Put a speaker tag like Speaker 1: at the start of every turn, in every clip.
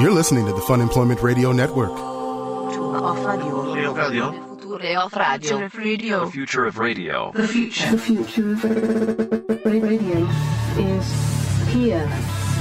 Speaker 1: You're listening to the Fun Employment Radio Network.
Speaker 2: Off radio.
Speaker 3: Real Radio.
Speaker 2: Future off radio.
Speaker 3: The future of radio.
Speaker 2: The future.
Speaker 4: The future of radio is here.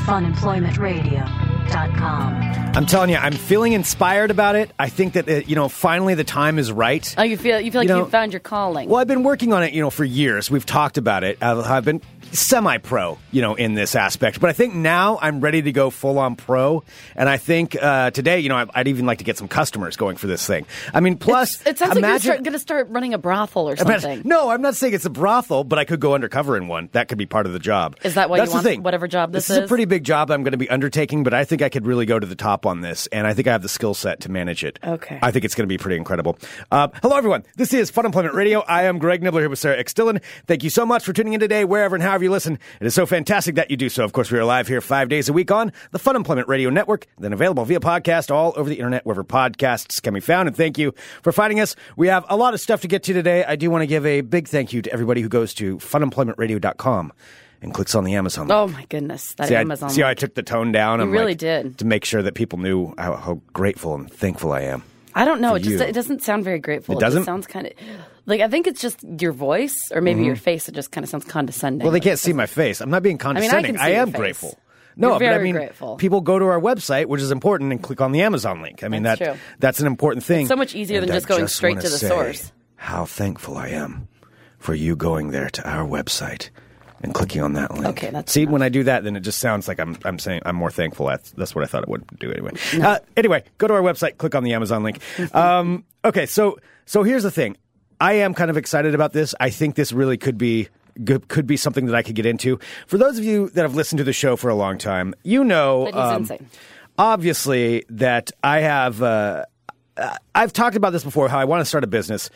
Speaker 5: Funemploymentradio.com.
Speaker 6: I'm telling you, I'm feeling inspired about it. I think that uh, you know, finally the time is right.
Speaker 7: Oh, you feel you feel like
Speaker 6: You
Speaker 7: you,
Speaker 6: know-
Speaker 7: found your calling.
Speaker 6: Well, I've been working on it, you know, for years. We've talked about it. I've, I've been semi-pro, you know, in this aspect, but I think now I'm ready to go full-on pro. And I think uh, today, you know, I'd, I'd even like to get some customers going for this thing. I mean, plus,
Speaker 7: it sounds like
Speaker 6: imagine.
Speaker 7: you're going to start running a brothel or
Speaker 6: imagine-
Speaker 7: something.
Speaker 6: no, I'm not saying it's a brothel, but I could go undercover in one. That could be part of the job.
Speaker 7: Is that why you
Speaker 6: That's the
Speaker 7: want
Speaker 6: thing.
Speaker 7: whatever job this
Speaker 6: is a
Speaker 7: is?
Speaker 6: pretty big job I'm going to be undertaking, but I think I could really go to the top on this, and I think I have the skill set to manage it.
Speaker 7: Okay.
Speaker 6: I think it's going to be pretty incredible. Uh, hello, everyone. This is Fun Employment Radio. I am Greg Nibbler here with Sarah X. Dillon. Thank you so much for tuning in today, wherever and however you listen. It is so fantastic that you do so. Of course, we are live here five days a week on the Fun Employment Radio Network, then available via podcast all over the internet, wherever podcasts can be found. And thank you for finding us. We have a lot of stuff to get to today. I do want to give a big thank you to everybody who goes to funemploymentradio.com and clicks on the Amazon.
Speaker 7: Oh my goodness, that
Speaker 6: See,
Speaker 7: Amazon.
Speaker 6: I, see how I took the tone down. You
Speaker 7: really did.
Speaker 6: to make sure that people knew how, how grateful and thankful I am.
Speaker 7: I don't know.
Speaker 6: for
Speaker 7: It just
Speaker 6: you.
Speaker 7: it doesn't sound very grateful.
Speaker 6: It
Speaker 7: just
Speaker 6: doesn't?
Speaker 7: sounds kind of like I think it's just your voice or maybe your face. It just kind of sounds condescending.
Speaker 6: Mm-hmm. Well, they can't see my face. I'm not being
Speaker 7: I
Speaker 6: condescending.
Speaker 7: can see your
Speaker 6: am
Speaker 7: face.
Speaker 6: grateful.
Speaker 7: You're
Speaker 6: No, but I
Speaker 7: very
Speaker 6: mean,
Speaker 7: grateful.
Speaker 6: people go to our website, which is important, and click on the Amazon link. I mean,
Speaker 7: That's
Speaker 6: that
Speaker 7: true.
Speaker 6: that's an important thing.
Speaker 7: It's so much easier
Speaker 6: And
Speaker 7: than
Speaker 6: I
Speaker 7: just going straight
Speaker 6: wanna
Speaker 7: to the
Speaker 6: say
Speaker 7: source.
Speaker 6: How thankful I am for you going there to our website and clicking on that link.
Speaker 7: Okay, that's
Speaker 6: see when I do that, then it just sounds like I'm I'm saying I'm more thankful. That's, that's what I thought it would do anyway. Uh, anyway, go to our website, click on the Amazon link. Um, okay, so so here's the thing. I am kind of excited about this. I think this really could be good, could be something that I could get into. For those of you that have listened to the show for a long time, you know, um,
Speaker 7: That he's insane.
Speaker 6: obviously that I have. Uh, I've talked about this before. How I want to start a business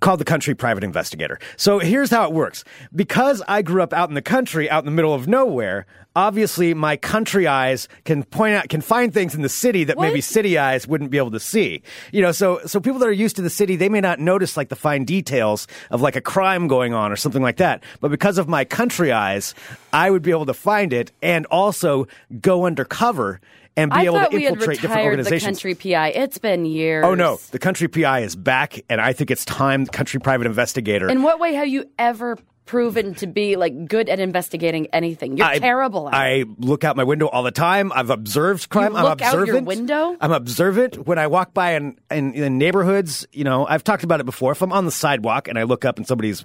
Speaker 6: called the country private investigator. So here's how it works. Because I grew up out in the country, out in the middle of nowhere, obviously my country eyes can point out, can find things in the city that maybe
Speaker 7: What?
Speaker 6: city eyes wouldn't be able to see. You know, so, so people that are used to the city, they may not notice like the fine details of like a crime going on or something like that. But because of my country eyes, I would be able to find it and also go undercover and be
Speaker 7: I
Speaker 6: able
Speaker 7: thought
Speaker 6: to
Speaker 7: we had
Speaker 6: infiltrate different
Speaker 7: retired the
Speaker 6: organizations.
Speaker 7: country PI. It's been years.
Speaker 6: Oh no, the country PI is back, and I think it's time. The country private investigator.
Speaker 7: In what way have you ever proven to be like good at investigating anything? You're
Speaker 6: I,
Speaker 7: terrible at it.
Speaker 6: I look out my window all the time. I've observed crime.
Speaker 7: You
Speaker 6: I'm
Speaker 7: look out your
Speaker 6: observant.
Speaker 7: window?
Speaker 6: I'm observant when I walk by in, in, in neighborhoods. You know, I've talked about it before. If I'm on the sidewalk and I look up and somebody's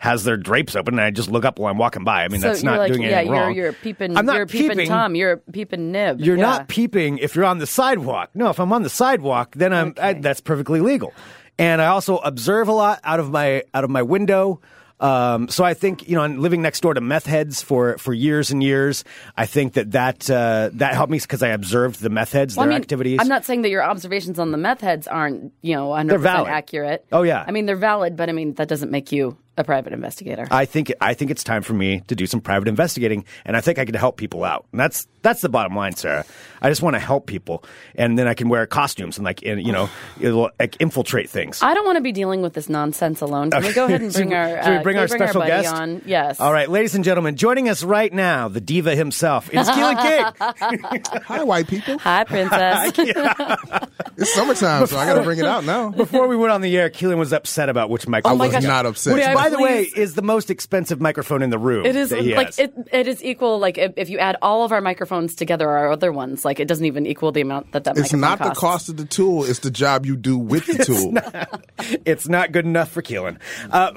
Speaker 6: has their drapes open, and I just look up while I'm walking by. I mean,
Speaker 7: So
Speaker 6: that's
Speaker 7: you're
Speaker 6: not
Speaker 7: like,
Speaker 6: doing
Speaker 7: yeah,
Speaker 6: anything
Speaker 7: you're
Speaker 6: wrong.
Speaker 7: you're a peeping,
Speaker 6: I'm not
Speaker 7: you're a peeping,
Speaker 6: peeping.
Speaker 7: Tom, you're a peeping nib.
Speaker 6: You're
Speaker 7: yeah.
Speaker 6: not peeping if you're on the sidewalk. No, if I'm on the sidewalk, then I'm I, that's perfectly legal. And I also observe a lot out of my out of my window. Um, so I think you know, I'm living next door to meth heads for for years and years. I think that that uh, that helped me because I observed the meth heads,
Speaker 7: Well,
Speaker 6: their
Speaker 7: I mean,
Speaker 6: activities.
Speaker 7: I'm not saying that your observations on the meth heads aren't, you know, 100%
Speaker 6: valid.
Speaker 7: accurate.
Speaker 6: Oh, yeah.
Speaker 7: I mean, they're valid, but I mean, that doesn't make you a private investigator.
Speaker 6: I think I think it's time for me to do some private investigating, and I think I can help people out. And that's that's the bottom line, Sarah. I just want to help people, and then I can wear costumes and like and, you know it'll like, infiltrate things.
Speaker 7: I don't want to be dealing with this nonsense alone. Can we go ahead and bring
Speaker 6: Should we-
Speaker 7: our
Speaker 6: should we
Speaker 7: uh,
Speaker 6: bring
Speaker 7: can
Speaker 6: our
Speaker 7: we bring
Speaker 6: special
Speaker 7: our buddy
Speaker 6: guest?
Speaker 7: on? Yes.
Speaker 6: All right, ladies and gentlemen, joining us right now, the diva himself, it's Keelan King.
Speaker 1: Hi, white people.
Speaker 7: Hi, princess. Oh
Speaker 1: It's summertime, so I got to bring it out now.
Speaker 6: Before we went on the air, Keelan was upset about which microphone.
Speaker 1: I was not upset.
Speaker 6: Which,
Speaker 7: Would I
Speaker 6: by the way,
Speaker 7: please-
Speaker 6: is the most expensive microphone in the room.
Speaker 7: It is
Speaker 6: that he
Speaker 7: like
Speaker 6: has.
Speaker 7: it, it is equal. Like if, if you add all of our microphones together, our other ones, like it doesn't even equal the amount that that
Speaker 8: It's
Speaker 7: microphone
Speaker 8: not the
Speaker 7: costs.
Speaker 8: cost of the tool, it's the job you do with the tool.
Speaker 6: It's not good enough for Keelan. Uh,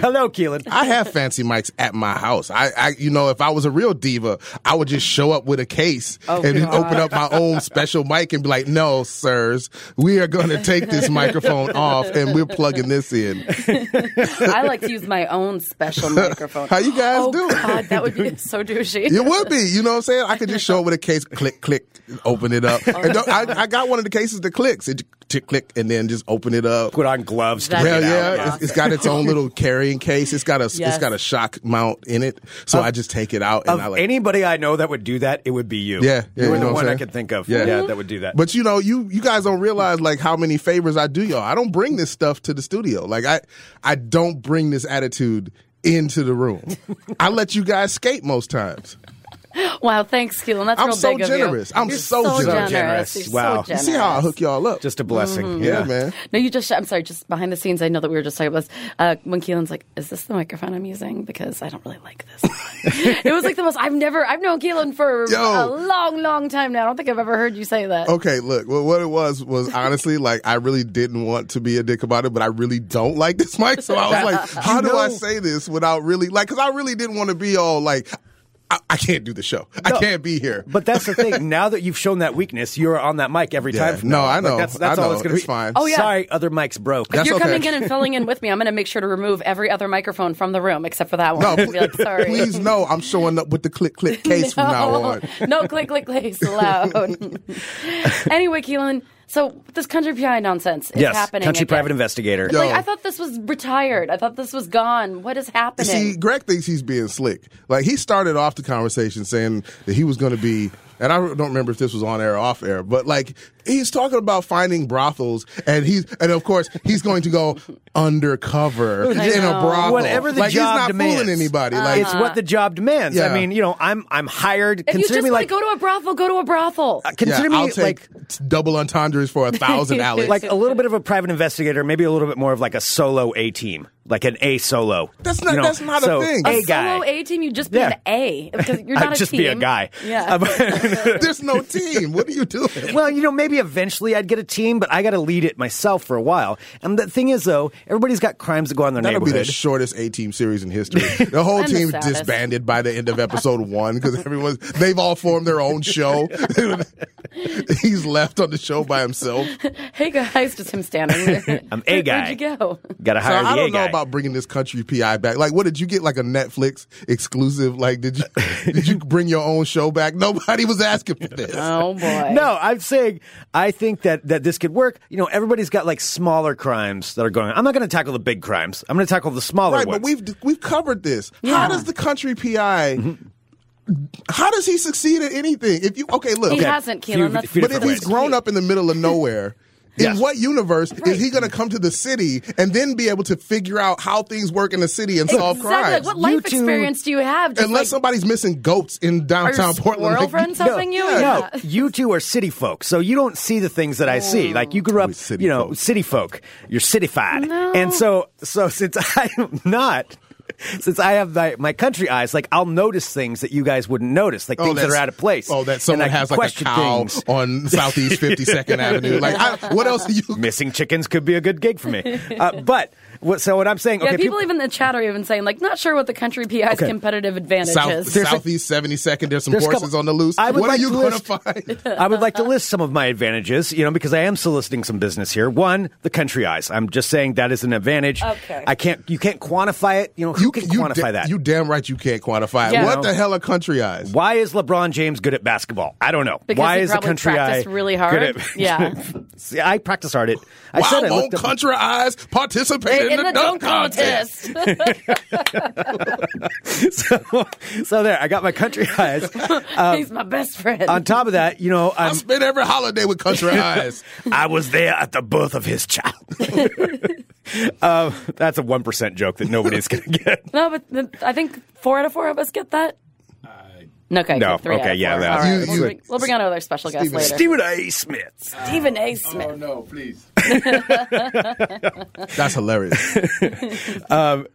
Speaker 6: hello, Keelan.
Speaker 8: I have fancy mics at my house. I, I, you know, if I was a real diva, I would just show up with a case and open up my own special mic and be like, no, sirs, we are going to take this microphone off and we're plugging this in.
Speaker 7: I like to use my own special microphone.
Speaker 8: How you guys
Speaker 7: oh,
Speaker 8: doing?
Speaker 7: God, that would be so douchey.
Speaker 8: It would be, you know what I'm saying? I could just show up with a case, click, click, open it up. And don't- I, I got one of the cases that clicks. It just click and then just open it up.
Speaker 6: Put on gloves. To
Speaker 7: That-
Speaker 6: bring
Speaker 8: Hell
Speaker 6: it out.
Speaker 8: yeah!
Speaker 7: Awesome.
Speaker 8: It's, it's got its own little carrying case. It's got a
Speaker 7: Yes.
Speaker 8: it's got a shock mount in it, so I just take it out and I
Speaker 6: Of
Speaker 8: like.
Speaker 6: anybody I know that would do that, it would be you.
Speaker 8: Yeah, yeah,
Speaker 6: you were
Speaker 8: you know what
Speaker 6: the
Speaker 8: I'm
Speaker 6: one I
Speaker 8: saying?
Speaker 6: could think of.
Speaker 8: Yeah.
Speaker 6: yeah, that would do that.
Speaker 8: but you know, you you guys don't realize like how many favors I do y'all. I don't bring this stuff to the studio. Like I I don't bring this attitude into the room. I let you guys skate most times.
Speaker 7: Wow, thanks, Keelan. That's
Speaker 8: I'm
Speaker 7: real
Speaker 8: so
Speaker 7: big of you.
Speaker 8: generous. I'm
Speaker 7: You're
Speaker 8: so generous.
Speaker 7: generous. You're so
Speaker 6: Wow. You
Speaker 8: You see how I
Speaker 7: generous.
Speaker 8: hook y'all up?
Speaker 6: Just a blessing.
Speaker 7: Mm-hmm.
Speaker 8: yeah, man.
Speaker 7: No, you just. I'm sorry. Just behind the scenes, I know that we were just talking about this. Uh, when Keelan's like, "Is this the microphone I'm using?" Because I don't really like this. one." it was like the most. I've never. I've known Keelan for
Speaker 8: Yo. Oh,
Speaker 7: a long, long time now. I don't think I've ever heard you say that.
Speaker 8: Okay, look, well, what it was was honestly like I really didn't want to be a dick about it, but I really don't like this mic. So I was like, how do I say this without really like? Because I really didn't want to be all like, I, I can't do the show. I can't be here.
Speaker 6: But that's the thing. Now that you've shown that weakness, you're on that mic every
Speaker 8: Yeah.
Speaker 6: time. From
Speaker 8: No,
Speaker 6: now on.
Speaker 8: I
Speaker 6: Like,
Speaker 8: know.
Speaker 6: that's that's
Speaker 8: I
Speaker 6: all
Speaker 8: know.
Speaker 6: it's going to be.
Speaker 8: It's fine.
Speaker 7: Oh, yeah.
Speaker 6: Sorry, other mics broke.
Speaker 8: That's
Speaker 7: You're
Speaker 8: okay.
Speaker 7: coming in and filling in with me. I'm going to make sure to remove every other microphone from the room except for that one.
Speaker 8: No,
Speaker 7: Be like, sorry.
Speaker 8: please no. I'm showing up with the click click case from now
Speaker 7: No.
Speaker 8: on.
Speaker 7: no click, click, click, loud. anyway, Keelan, so this country PI nonsense is
Speaker 6: yes,
Speaker 7: happening.
Speaker 6: country
Speaker 7: again.
Speaker 6: private investigator.
Speaker 8: Yo.
Speaker 7: Like I thought this was retired. I thought this was gone. What is happening?
Speaker 8: See, Greg thinks he's being slick. Like he started off the conversation saying that he was going to be, and I don't remember if this was on air or off air, but like he's talking about finding brothels, and he's, and of course he's going to go undercover in a
Speaker 7: know.
Speaker 8: brothel.
Speaker 6: Whatever the
Speaker 8: like,
Speaker 6: job
Speaker 8: he's not
Speaker 6: demands.
Speaker 8: fooling anybody. Like
Speaker 6: It's what the job demands. I
Speaker 8: Yeah.
Speaker 6: mean, you know, I'm I'm hired.
Speaker 7: Uh-huh. if you
Speaker 6: consider
Speaker 7: just
Speaker 6: me
Speaker 7: want
Speaker 6: like uh,
Speaker 7: to go to a brothel, go to a brothel.
Speaker 8: yeah,
Speaker 6: consider
Speaker 8: I'll
Speaker 6: me
Speaker 8: take
Speaker 6: like
Speaker 8: double entendres for a thousand, Alex.
Speaker 6: like a little bit of a private investigator, maybe a little bit more of like a solo A team, like an A solo.
Speaker 8: That's not-
Speaker 6: You know,
Speaker 8: that's not a
Speaker 6: so
Speaker 8: thing.
Speaker 6: A
Speaker 8: A
Speaker 6: guy.
Speaker 7: Solo A team, you just be
Speaker 6: Yeah.
Speaker 7: an A because you're
Speaker 6: I'd
Speaker 7: not a
Speaker 6: just
Speaker 7: team.
Speaker 6: be a guy.
Speaker 7: Yeah.
Speaker 8: there's no team. What are you doing?
Speaker 6: Well, you know, maybe eventually I'd get a team, but I got to lead it myself for a while. And the thing is, though, everybody's got crimes that go on in their
Speaker 8: That'll be
Speaker 6: neighborhood.
Speaker 8: the shortest A team series in history. The whole
Speaker 7: And the
Speaker 8: team's
Speaker 7: saddest.
Speaker 8: disbanded by the end of episode one because everyone they've all formed their own show. He's left on the show by himself. So
Speaker 7: hey guys, just him standing there.
Speaker 6: I'm a guy.
Speaker 7: Where'd you go?
Speaker 6: got to hire the
Speaker 8: I
Speaker 6: A
Speaker 8: don't know
Speaker 6: guy.
Speaker 8: about bringing this country PI back. Like, what did you get? Like a Netflix exclusive? Like, did you did you bring your own show back? Nobody was asking for this.
Speaker 7: Oh boy.
Speaker 6: no, I'm saying I think that that this could work. You know, everybody's got like smaller crimes that are going on. I'm not going to tackle the big crimes. I'm going to tackle the smaller
Speaker 8: right,
Speaker 6: ones.
Speaker 8: but we've we've covered this. How does the country PI? How does he succeed at anything? If you okay, look,
Speaker 7: He
Speaker 8: Okay.
Speaker 7: hasn't,
Speaker 6: Few-
Speaker 7: Keelan. That's
Speaker 6: few
Speaker 8: But
Speaker 6: different
Speaker 8: if
Speaker 6: ways.
Speaker 8: he's grown up in the middle of nowhere, in
Speaker 6: Yes.
Speaker 8: what universe is he going to come to the city and then be able to figure out how things work in the city and solve
Speaker 7: exactly. Like,
Speaker 8: crimes?
Speaker 7: what
Speaker 6: You
Speaker 7: life
Speaker 6: two-
Speaker 7: experience do you have? Just
Speaker 8: Unless
Speaker 7: like,
Speaker 8: somebody's missing goats in
Speaker 7: are your
Speaker 8: downtown Portland.
Speaker 7: squirrel
Speaker 8: Like,
Speaker 7: friends
Speaker 8: yeah.
Speaker 7: helping you?
Speaker 6: No, you two are city folk, so you don't see the things that I see. Like you grew
Speaker 8: Oh.
Speaker 6: up,
Speaker 8: We city
Speaker 6: you know,
Speaker 8: folk.
Speaker 6: city folk. You're cityfied,
Speaker 7: No.
Speaker 6: and so so since I'm not. Since I have my, my country eyes, like I'll notice things that you guys wouldn't notice, like things that are
Speaker 8: that's-
Speaker 6: out of place.
Speaker 8: Oh, that
Speaker 6: And I
Speaker 8: someone
Speaker 6: can
Speaker 8: has like a
Speaker 6: question
Speaker 8: cow
Speaker 6: things.
Speaker 8: on Southeast 52nd Avenue. Like, I, what else are you?
Speaker 6: Missing chickens could be a good gig for me. Uh, but what, so what I'm saying,
Speaker 7: Yeah,
Speaker 6: okay,
Speaker 7: people, even in the chat are even saying like, not sure what the country PI's
Speaker 6: Okay.
Speaker 7: competitive advantage
Speaker 8: South,
Speaker 7: is.
Speaker 8: Southeast 72nd. There's some
Speaker 6: There's a
Speaker 8: horses
Speaker 6: couple-
Speaker 8: on the loose.
Speaker 6: I would
Speaker 8: What
Speaker 6: like
Speaker 8: are you
Speaker 6: to
Speaker 8: going to
Speaker 6: list-
Speaker 8: find?
Speaker 6: I would like to list some of my advantages, you know, because I am soliciting some business here. One, the country eyes. I'm just saying that is an advantage.
Speaker 7: Okay.
Speaker 6: I can't, you can't quantify it. You know, who can quantify
Speaker 8: da-
Speaker 6: that?
Speaker 8: You damn right you can't quantify it.
Speaker 7: Yeah.
Speaker 8: What
Speaker 6: No.
Speaker 8: the hell are country eyes?
Speaker 6: Why is LeBron James good at basketball? I don't know.
Speaker 7: Because
Speaker 6: Why
Speaker 7: he
Speaker 6: is the
Speaker 7: probably
Speaker 6: country eye
Speaker 7: practiced really hard?
Speaker 6: good at-
Speaker 7: Yeah.
Speaker 6: See, I practice hard. It. I
Speaker 8: Why
Speaker 6: said I
Speaker 8: won't
Speaker 6: looked up.
Speaker 8: country eyes participate in, the, dunk contest?
Speaker 6: So, so there, I got my country eyes.
Speaker 7: He's my best friend.
Speaker 6: On top of that, you know,
Speaker 8: I
Speaker 6: I'm,
Speaker 8: spend every holiday with country eyes.
Speaker 6: I was there at the birth of his child. um, that's a one percent joke that nobody's going to get.
Speaker 7: no, but the, I think four out of four of us get that. okay.
Speaker 6: No,
Speaker 7: good, Three
Speaker 6: okay,
Speaker 7: Out of
Speaker 6: yeah,
Speaker 7: Four.
Speaker 6: no.
Speaker 7: All right,
Speaker 8: You-
Speaker 7: we'll,
Speaker 8: you-
Speaker 7: bring, we'll bring on another special guest
Speaker 8: Stephen-
Speaker 7: later.
Speaker 6: Stephen A. Smith.
Speaker 7: Stephen A.
Speaker 8: Oh.
Speaker 7: Smith.
Speaker 5: no, please.
Speaker 8: That's hilarious.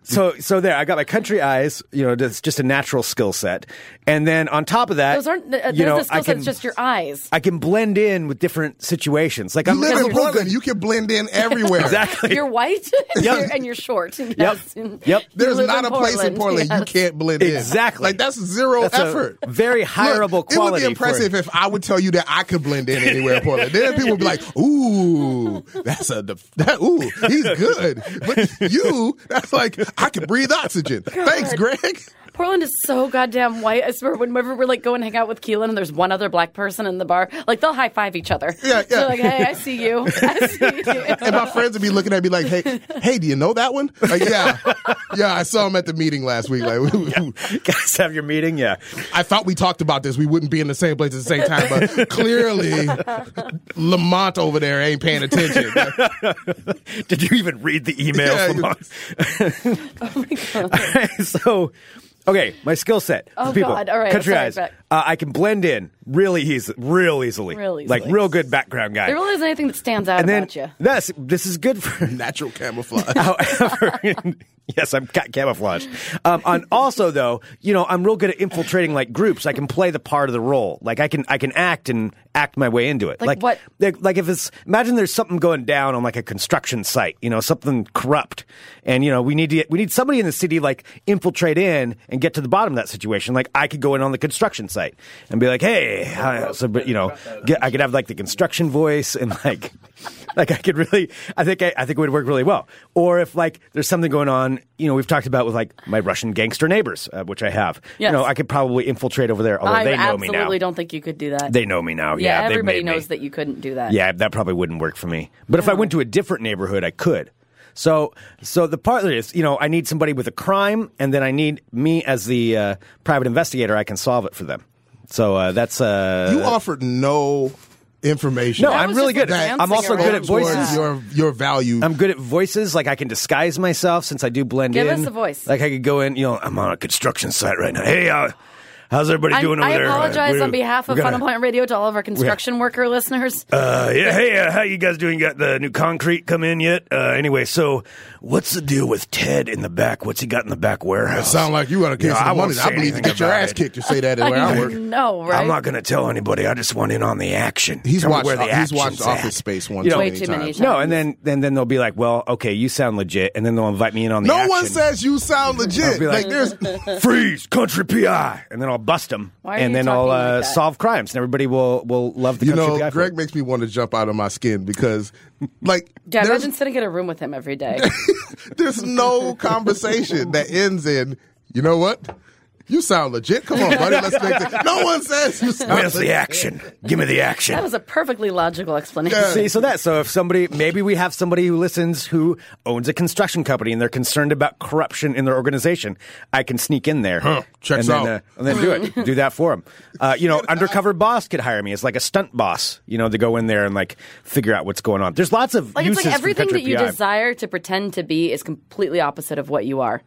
Speaker 6: So, so there, I got my country eyes. You know, that's just a natural skill set. And then on top of that,
Speaker 7: Those aren't. Uh,
Speaker 6: you know,
Speaker 7: there's the
Speaker 6: I
Speaker 7: skill set.
Speaker 6: can-
Speaker 7: It's just your eyes.
Speaker 6: I can blend in with different situations. Like
Speaker 8: You
Speaker 6: I'm
Speaker 8: live
Speaker 6: I'm
Speaker 8: in
Speaker 6: real
Speaker 8: Brooklyn.
Speaker 6: good-
Speaker 8: You can blend in everywhere.
Speaker 6: Exactly.
Speaker 7: You're white and,
Speaker 6: Yep.
Speaker 7: you're, and you're short. Yes.
Speaker 6: Yep.
Speaker 7: You
Speaker 8: There's
Speaker 7: live
Speaker 8: not
Speaker 7: in
Speaker 8: a place in Portland you
Speaker 7: yes.
Speaker 8: can't blend in.
Speaker 6: Exactly.
Speaker 8: Like that's zero
Speaker 6: That's a
Speaker 8: effort.
Speaker 6: very hireable
Speaker 8: Look, It would be
Speaker 6: quality for-
Speaker 8: impressive if I would tell you that I could blend in anywhere in Portland. Then people would be like, "Ooh, that's a def- that, ooh, he's good." But you, that's like I can breathe oxygen. Thanks, Greg.
Speaker 7: Portland is so goddamn white. I swear, whenever we're like go and hang out with Keelan and there's one other black person in the bar, like they'll high five each other.
Speaker 8: Yeah, yeah.
Speaker 7: They're like, hey, I see you. I see you.
Speaker 8: And my friends would be looking at me like, "Hey, hey, do you know that one?" Like, yeah, yeah. I saw him at the meeting last week. Like,
Speaker 6: guys have your meeting. Yeah.
Speaker 8: I thought we talked about this. We wouldn't be in the same place at the same time, but clearly Lamont over there ain't paying attention.
Speaker 6: Did you even read the email?
Speaker 8: Yeah,
Speaker 7: Oh
Speaker 6: from
Speaker 8: you-
Speaker 6: us? so, Okay, my skill set.
Speaker 7: Oh,
Speaker 6: for people,
Speaker 7: God. All right.
Speaker 6: country
Speaker 7: Sorry,
Speaker 6: eyes. Uh,
Speaker 7: back.
Speaker 6: I can blend in really easy, real easily,
Speaker 7: Real
Speaker 6: like
Speaker 7: easily.
Speaker 6: real good background guy.
Speaker 7: There really isn't anything that stands out
Speaker 6: and then
Speaker 7: about you.
Speaker 6: this this is good for
Speaker 8: Natural camouflage.
Speaker 6: However, yes, I'm ca- camouflage. Um, and also, though, you know, I'm real good at infiltrating like groups. I can play the part of the role. Like I can, I can act and act my way into it.
Speaker 7: Like what?
Speaker 6: Like, like if it's imagine there's something going down on like a construction site. You know, something corrupt, and you know we need to get, we need somebody in the city like infiltrate in and get to the bottom of that situation. Like I could go in on the construction site and be like, hey, I, so, but you know, get, I could have like the construction voice and like like I could really, I think I, I think it would work really well. Or if like there's something going on, you know, we've talked about with like my Russian gangster neighbors, uh, which I have.
Speaker 7: Yes.
Speaker 6: You know, I could probably infiltrate over there. Although
Speaker 7: I
Speaker 6: they know
Speaker 7: absolutely
Speaker 6: me now.
Speaker 7: don't think you could do that.
Speaker 6: They know me now.
Speaker 7: yeah,
Speaker 6: Yeah, they've
Speaker 7: everybody
Speaker 6: made
Speaker 7: knows
Speaker 6: me.
Speaker 7: that you couldn't do that.
Speaker 6: Yeah, that probably wouldn't work for me. But if I went to a different neighborhood, I could. So, so the part is, you know, I need somebody with a crime, and then I need me as the uh, private investigator. I can solve it for them. So uh, that's uh,
Speaker 8: you offered no information.
Speaker 6: no,
Speaker 7: That
Speaker 6: I'm
Speaker 7: was
Speaker 6: really
Speaker 7: just
Speaker 6: good.
Speaker 7: advancing
Speaker 6: I'm also good at
Speaker 7: around.
Speaker 8: towards
Speaker 6: voices.
Speaker 8: Your your value.
Speaker 6: I'm good at voices. Like I can disguise myself since I do blend
Speaker 7: Give
Speaker 6: in.
Speaker 7: us a voice.
Speaker 6: Like I could go in. You know, I'm on a construction site right now. Hey, uh, how's everybody
Speaker 7: I,
Speaker 6: doing over
Speaker 7: I
Speaker 6: there?
Speaker 7: apologize
Speaker 6: We're-
Speaker 7: on behalf of
Speaker 6: we're gonna-
Speaker 7: Fun Employment Radio to all of our construction worker listeners.
Speaker 6: Uh, yeah, hey, uh, how you guys doing? Got the new concrete come in yet? Uh, anyway, so what's the deal with Ted in the back? What's he got in the back warehouse?
Speaker 8: sound like you got a case
Speaker 6: Yeah, I
Speaker 8: of the
Speaker 6: won't
Speaker 8: money.
Speaker 6: say
Speaker 8: I believe you
Speaker 6: anything
Speaker 8: get your
Speaker 6: about
Speaker 8: ass
Speaker 6: it.
Speaker 8: kicked. You say that at where I work.
Speaker 7: no, right?
Speaker 6: I'm not going to tell anybody. I just want in on the action.
Speaker 8: He's
Speaker 6: Tell me
Speaker 8: watched.
Speaker 6: where the
Speaker 8: he's watched
Speaker 6: action's at.
Speaker 8: Office Space one
Speaker 6: You know-
Speaker 8: too
Speaker 7: Way
Speaker 8: many
Speaker 7: too many
Speaker 8: times.
Speaker 7: times.
Speaker 6: No, and then and then they'll be like, "Well, okay, you sound legit," and then they'll invite me in on the.
Speaker 8: No
Speaker 6: action.
Speaker 8: one says you sound legit.
Speaker 6: be like-
Speaker 8: Like, there's
Speaker 6: freeze country pi and then i'll bust them
Speaker 7: Why are
Speaker 6: and
Speaker 7: you
Speaker 6: then i'll
Speaker 7: talking
Speaker 6: uh,
Speaker 7: like that?
Speaker 6: solve crimes and everybody will will love the
Speaker 8: you
Speaker 6: country
Speaker 8: know
Speaker 6: PI for it.
Speaker 8: Greg makes me want to jump out of my skin because like
Speaker 7: yeah,
Speaker 8: there's,
Speaker 7: imagine sitting in a room with him every day.
Speaker 8: there's no conversation that ends in you know what. You sound legit. Come on, buddy. Let's make this. No one says you sound
Speaker 6: where's the
Speaker 8: legit.
Speaker 6: action give me the
Speaker 7: that
Speaker 6: action
Speaker 7: was a perfectly logical explanation.
Speaker 8: Yeah.
Speaker 6: See, so that so if somebody maybe we have somebody who listens who owns a construction company and they're concerned about corruption in their organization, I can sneak in there,
Speaker 8: checks
Speaker 6: and then,
Speaker 8: out.
Speaker 6: uh, and then do it, do that for them. Uh, you know, undercover boss could hire me as like a stunt boss, you know, to go in there and like figure out what's going on. There's lots of
Speaker 7: Like
Speaker 6: uses
Speaker 7: it's like
Speaker 6: for
Speaker 7: everything
Speaker 6: Country
Speaker 7: that you
Speaker 6: PI.
Speaker 7: desire to pretend to be is completely opposite of what you are.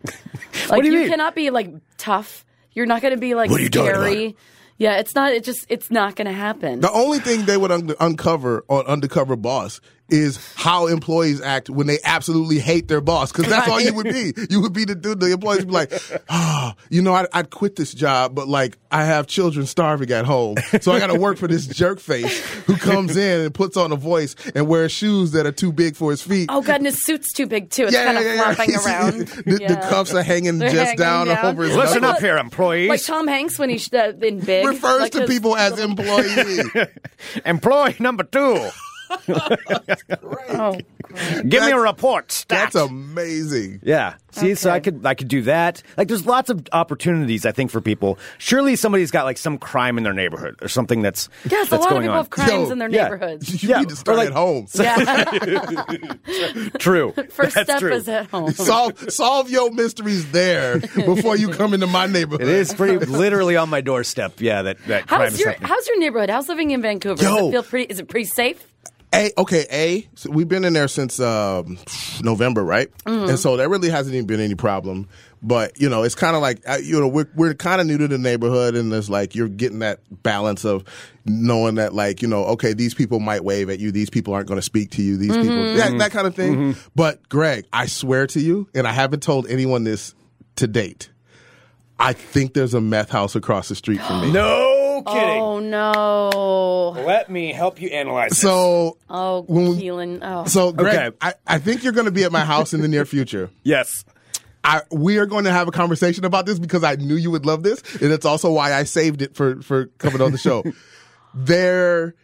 Speaker 7: Like
Speaker 6: do you mean?
Speaker 7: cannot be like tough. You're not going to be like
Speaker 6: What are you talking about?
Speaker 7: scary. Yeah, it's not. It just it's not going to happen.
Speaker 8: The only thing they would un- uncover on Undercover Boss is how employees act when they absolutely hate their boss, because that's all you would be. You would be the dude. The employees would be like, "Ah, you know, I'd, I'd quit this job, but like I have children starving at home, so I got to work for this jerk face who comes in and puts on a voice and wears shoes that are too big for his feet."
Speaker 7: Oh god, and his suit's too big too. It's kind of flopping around.
Speaker 8: the, the
Speaker 7: Yeah.
Speaker 8: cuffs are hanging
Speaker 7: They're
Speaker 8: just
Speaker 7: hanging
Speaker 8: down, over his.
Speaker 6: Listen
Speaker 8: knuckles.
Speaker 6: up here, employees.
Speaker 7: Like Tom Hanks when he's uh, in big
Speaker 8: Refers
Speaker 7: like
Speaker 8: to
Speaker 7: his-
Speaker 8: people as employees.
Speaker 6: Employee number two.
Speaker 7: Oh,
Speaker 6: Give me a report. Stat.
Speaker 8: That's amazing.
Speaker 6: yeah. See, so
Speaker 7: Okay.
Speaker 6: I could I could do that. Like, there's lots of opportunities I think for people. Surely somebody's got like some crime in their neighborhood or something that's
Speaker 7: yes, a
Speaker 6: that's
Speaker 7: lot of
Speaker 6: going
Speaker 7: people
Speaker 6: on.
Speaker 7: have crimes
Speaker 8: Yo,
Speaker 7: in their
Speaker 6: yeah.
Speaker 7: neighborhoods.
Speaker 8: You
Speaker 6: Yeah,
Speaker 8: need
Speaker 6: or
Speaker 8: to start
Speaker 6: like-
Speaker 8: at home.
Speaker 7: Yeah,
Speaker 6: True.
Speaker 7: first
Speaker 6: that's
Speaker 7: step
Speaker 6: true.
Speaker 7: is at home.
Speaker 8: solve solve your mysteries there before you come into my neighborhood.
Speaker 6: It is pretty literally on my doorstep. Yeah, that that crime
Speaker 7: How's
Speaker 6: is
Speaker 7: your
Speaker 6: happening.
Speaker 7: How's your neighborhood? How's living in Vancouver? Does
Speaker 8: Yo.
Speaker 7: it feel pretty? Is it pretty safe?
Speaker 8: A okay, A. So we've been in there since um, November, right? And so there really hasn't even been any problem. But you know, it's kind of like uh, you know we're we're kind of new to the neighborhood, and it's like you're getting that balance of knowing that like you know okay these people might wave at you, these people aren't going to speak to you, these people that, that kind of thing.
Speaker 6: Mm-hmm.
Speaker 8: But Greg, I swear to you, and I haven't told anyone this to date. I think there's a meth house across the street from me.
Speaker 6: No kidding.
Speaker 7: Oh no!
Speaker 6: Let me help you analyze. this.
Speaker 8: So
Speaker 7: Oh,
Speaker 8: When-
Speaker 7: Keelan. Oh,
Speaker 8: So, Greg,
Speaker 6: Okay.
Speaker 8: I, I think you're going to be at my house in the near future.
Speaker 6: yes.
Speaker 8: I, we are going to have a conversation about this because I knew you would love this, and it's also why I saved it for for coming on the show. there,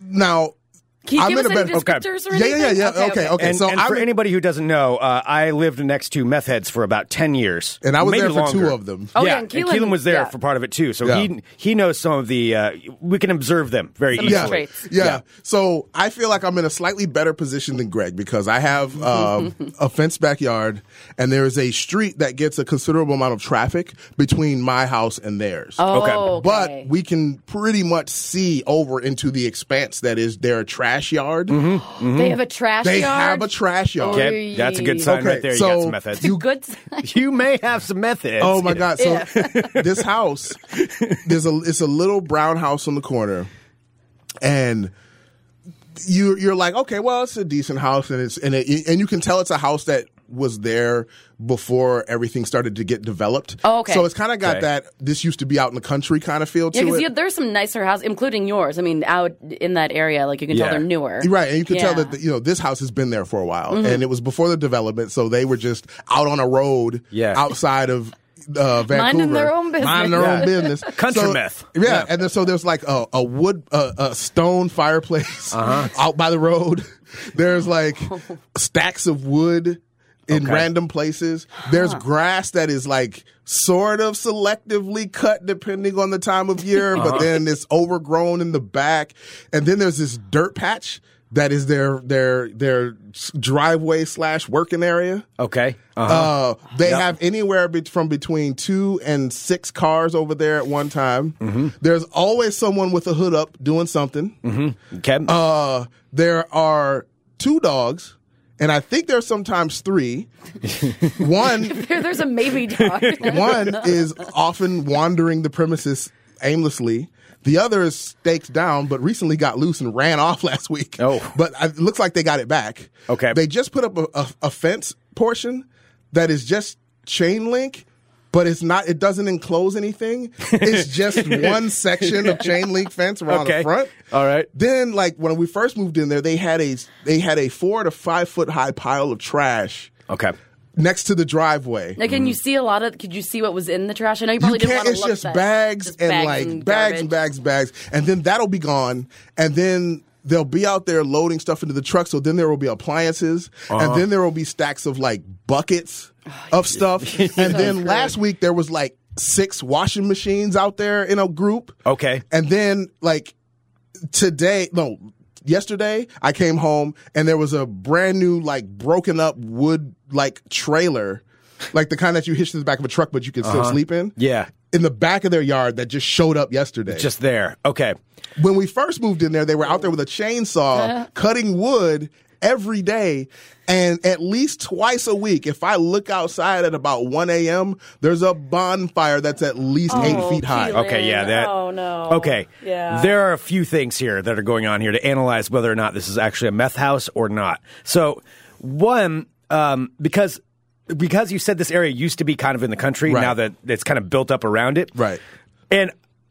Speaker 8: now,
Speaker 7: can you
Speaker 8: I'm
Speaker 7: give us
Speaker 8: in a
Speaker 7: any
Speaker 8: bed-
Speaker 6: okay.
Speaker 7: descriptors or
Speaker 8: yeah, yeah,
Speaker 7: anything?
Speaker 8: yeah, yeah. Okay, okay.
Speaker 6: And,
Speaker 8: so
Speaker 6: and
Speaker 8: I'm
Speaker 6: for
Speaker 8: in-
Speaker 6: anybody who doesn't know, uh, I lived next to meth heads for about ten years,
Speaker 8: and I was
Speaker 6: Maybe
Speaker 8: there for two
Speaker 6: longer.
Speaker 8: of them.
Speaker 7: Oh,
Speaker 6: yeah,
Speaker 7: yeah,
Speaker 6: and
Speaker 7: and
Speaker 6: Keelan,
Speaker 7: Keelan-
Speaker 6: was there
Speaker 7: yeah.
Speaker 6: for part of it too, so
Speaker 8: Yeah.
Speaker 6: he he knows some of the. Uh, we can observe them very
Speaker 7: Some of the
Speaker 6: easily.
Speaker 8: yeah.
Speaker 7: traits.
Speaker 8: Yeah. So I feel like I'm in a slightly better position than Greg because I have um, a fenced backyard and there is a street that gets a considerable amount of traffic between my house and theirs.
Speaker 7: Oh,
Speaker 6: Okay.
Speaker 7: okay.
Speaker 8: But we can pretty much see over into the expanse that is their trash trash yard?
Speaker 6: Mm-hmm.
Speaker 7: They have a trash
Speaker 8: Mm-hmm. They
Speaker 7: yard.
Speaker 8: have a trash yard.
Speaker 7: Okay.
Speaker 6: Okay, that's a good sign
Speaker 8: Okay,
Speaker 6: right there. You
Speaker 8: so
Speaker 6: got some methods.
Speaker 8: you-
Speaker 7: Good. sign.
Speaker 6: You may have some methods.
Speaker 8: Oh my God! So
Speaker 7: Yeah.
Speaker 8: this house, there's a it's a little brown house on the corner, and you you're like, okay, well, it's a decent house, and it's and it, and you can tell it's a house that was there before everything started to get developed.
Speaker 7: Oh, okay.
Speaker 8: So it's kind of got
Speaker 6: Okay.
Speaker 8: that this used to be out in the country kind of feel to
Speaker 7: Yeah,
Speaker 8: it.
Speaker 7: because there's some nicer houses, including yours. I mean, out in that area, like you can
Speaker 6: Yeah.
Speaker 7: tell they're newer.
Speaker 8: Right, and you can tell
Speaker 7: Yeah. Mm-hmm.
Speaker 8: that you know this house has been there for a while, and it was before the development, so they were just out on a road,
Speaker 6: Yeah.
Speaker 8: outside of uh, Vancouver,
Speaker 7: Minding their own business.
Speaker 8: minding their
Speaker 6: Yeah.
Speaker 8: own business,
Speaker 6: Country
Speaker 8: So-
Speaker 6: meth.
Speaker 8: yeah,
Speaker 6: Yeah.
Speaker 8: And then so there's like a, a wood, uh, a stone fireplace
Speaker 6: Uh-huh.
Speaker 8: out by the road. There's like stacks of wood. In
Speaker 6: Okay.
Speaker 8: random places, there's grass that is like sort of selectively cut depending on the time of year,
Speaker 6: Uh-huh.
Speaker 8: but then it's overgrown in the back, and then there's this dirt patch that is their their their s- driveway slash working area.
Speaker 6: Okay. Uh-huh.
Speaker 8: Uh, they have anywhere bet from between two and six cars over there at one time. There's always someone with a hood up doing something.
Speaker 6: okay.
Speaker 8: Uh, there are two dogs, and I think there's sometimes three. one
Speaker 7: There- there's a maybe dog.
Speaker 8: one is often wandering the premises aimlessly. The other is staked down, but recently got loose and ran off last week.
Speaker 6: Oh.
Speaker 8: But I- it looks like they got it back.
Speaker 6: Okay.
Speaker 8: They just put up a, a, a fence portion that is just chain link. But it's not. It doesn't enclose anything. It's just one section of chain link fence around
Speaker 6: Okay.
Speaker 8: the front.
Speaker 6: All right.
Speaker 8: Then, like when we first moved in there, they had a they had a four to five foot high pile of trash
Speaker 6: okay.
Speaker 8: next to the driveway.
Speaker 7: Like, can you see a lot of? Could you see what was in the trash? I know you
Speaker 8: Mm. You
Speaker 7: probably didn't
Speaker 8: can't.
Speaker 7: want to
Speaker 8: It's
Speaker 7: look.
Speaker 8: just
Speaker 7: but-
Speaker 8: bags
Speaker 7: just
Speaker 8: and like bags and
Speaker 7: garbage.
Speaker 8: bags, and bags, and then that'll be gone, and then they'll be out there loading stuff into the truck. So then there will be appliances, and then there will be stacks of like buckets
Speaker 7: Oh,
Speaker 8: of stuff, and then last week there was like six washing machines out there in a group.
Speaker 6: Okay.
Speaker 8: And then like today, no, yesterday I came home and there was a brand new like broken up wood like trailer, like the kind that you hitch to the back of a truck but you can still sleep in.
Speaker 6: Yeah.
Speaker 8: In the back of their yard that just showed up yesterday.
Speaker 6: Just there. Okay.
Speaker 8: when we first moved in there, they were out there with a chainsaw cutting wood every day. And at least twice a week, if I look outside at about 1 a.m., there's a bonfire that's at least
Speaker 7: Oh,
Speaker 8: eight feet high.
Speaker 7: Keelan.
Speaker 6: Okay, yeah, that-
Speaker 7: Oh no.
Speaker 6: Okay.
Speaker 7: Yeah.
Speaker 6: There are a few things here that are going on here to analyze whether or not this is actually a meth house or not. So, one, um, because because you said this area used to be kind of in the country,
Speaker 8: Right.
Speaker 6: now that it's kind of built up around it,
Speaker 8: Right.
Speaker 6: And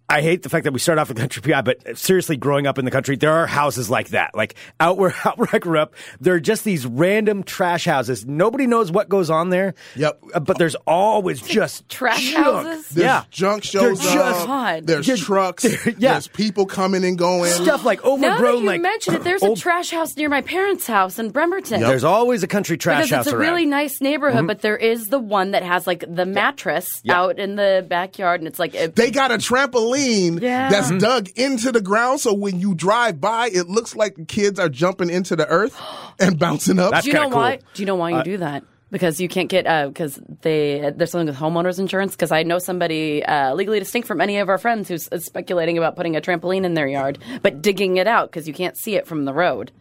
Speaker 6: I hate the fact that we start off with country PI, but seriously, growing up in the country, there are houses like that. Like out where, out where I grew up, there are just these random trash houses. Nobody knows what goes on there.
Speaker 8: Yep.
Speaker 6: Uh, But there's always just
Speaker 7: trash
Speaker 6: junk.
Speaker 7: houses?
Speaker 8: There's
Speaker 6: yeah.
Speaker 8: junk shows
Speaker 6: They're just-
Speaker 8: up.
Speaker 7: God.
Speaker 8: There's
Speaker 6: They're-
Speaker 8: trucks.
Speaker 6: yeah.
Speaker 8: There's people coming and going.
Speaker 6: Stuff like overgrown,
Speaker 7: Now that you
Speaker 6: like
Speaker 7: mention it, there's
Speaker 6: old-
Speaker 7: a trash house near my parents' house in Bremerton.
Speaker 6: There's always a country trash
Speaker 7: because
Speaker 6: house
Speaker 7: it's a
Speaker 6: around. Mm-hmm.
Speaker 7: really nice neighborhood, but there is the one that has like the mattress
Speaker 6: Yeah.
Speaker 7: out in the backyard, and it's like a,
Speaker 8: They got a trampoline
Speaker 7: Yeah.
Speaker 8: that's
Speaker 6: Mm-hmm.
Speaker 8: dug into the ground, so when you drive by, it looks like the kids are jumping into the earth and bouncing up.
Speaker 6: That's
Speaker 7: Do you know
Speaker 6: kinda cool. Uh,
Speaker 7: why? Do you know why you do that? Because you can't get because they there's something with homeowners insurance. Because I know somebody uh, legally distinct from any of our friends who's is speculating about putting a trampoline in their yard, but digging it out because you can't see it from the road.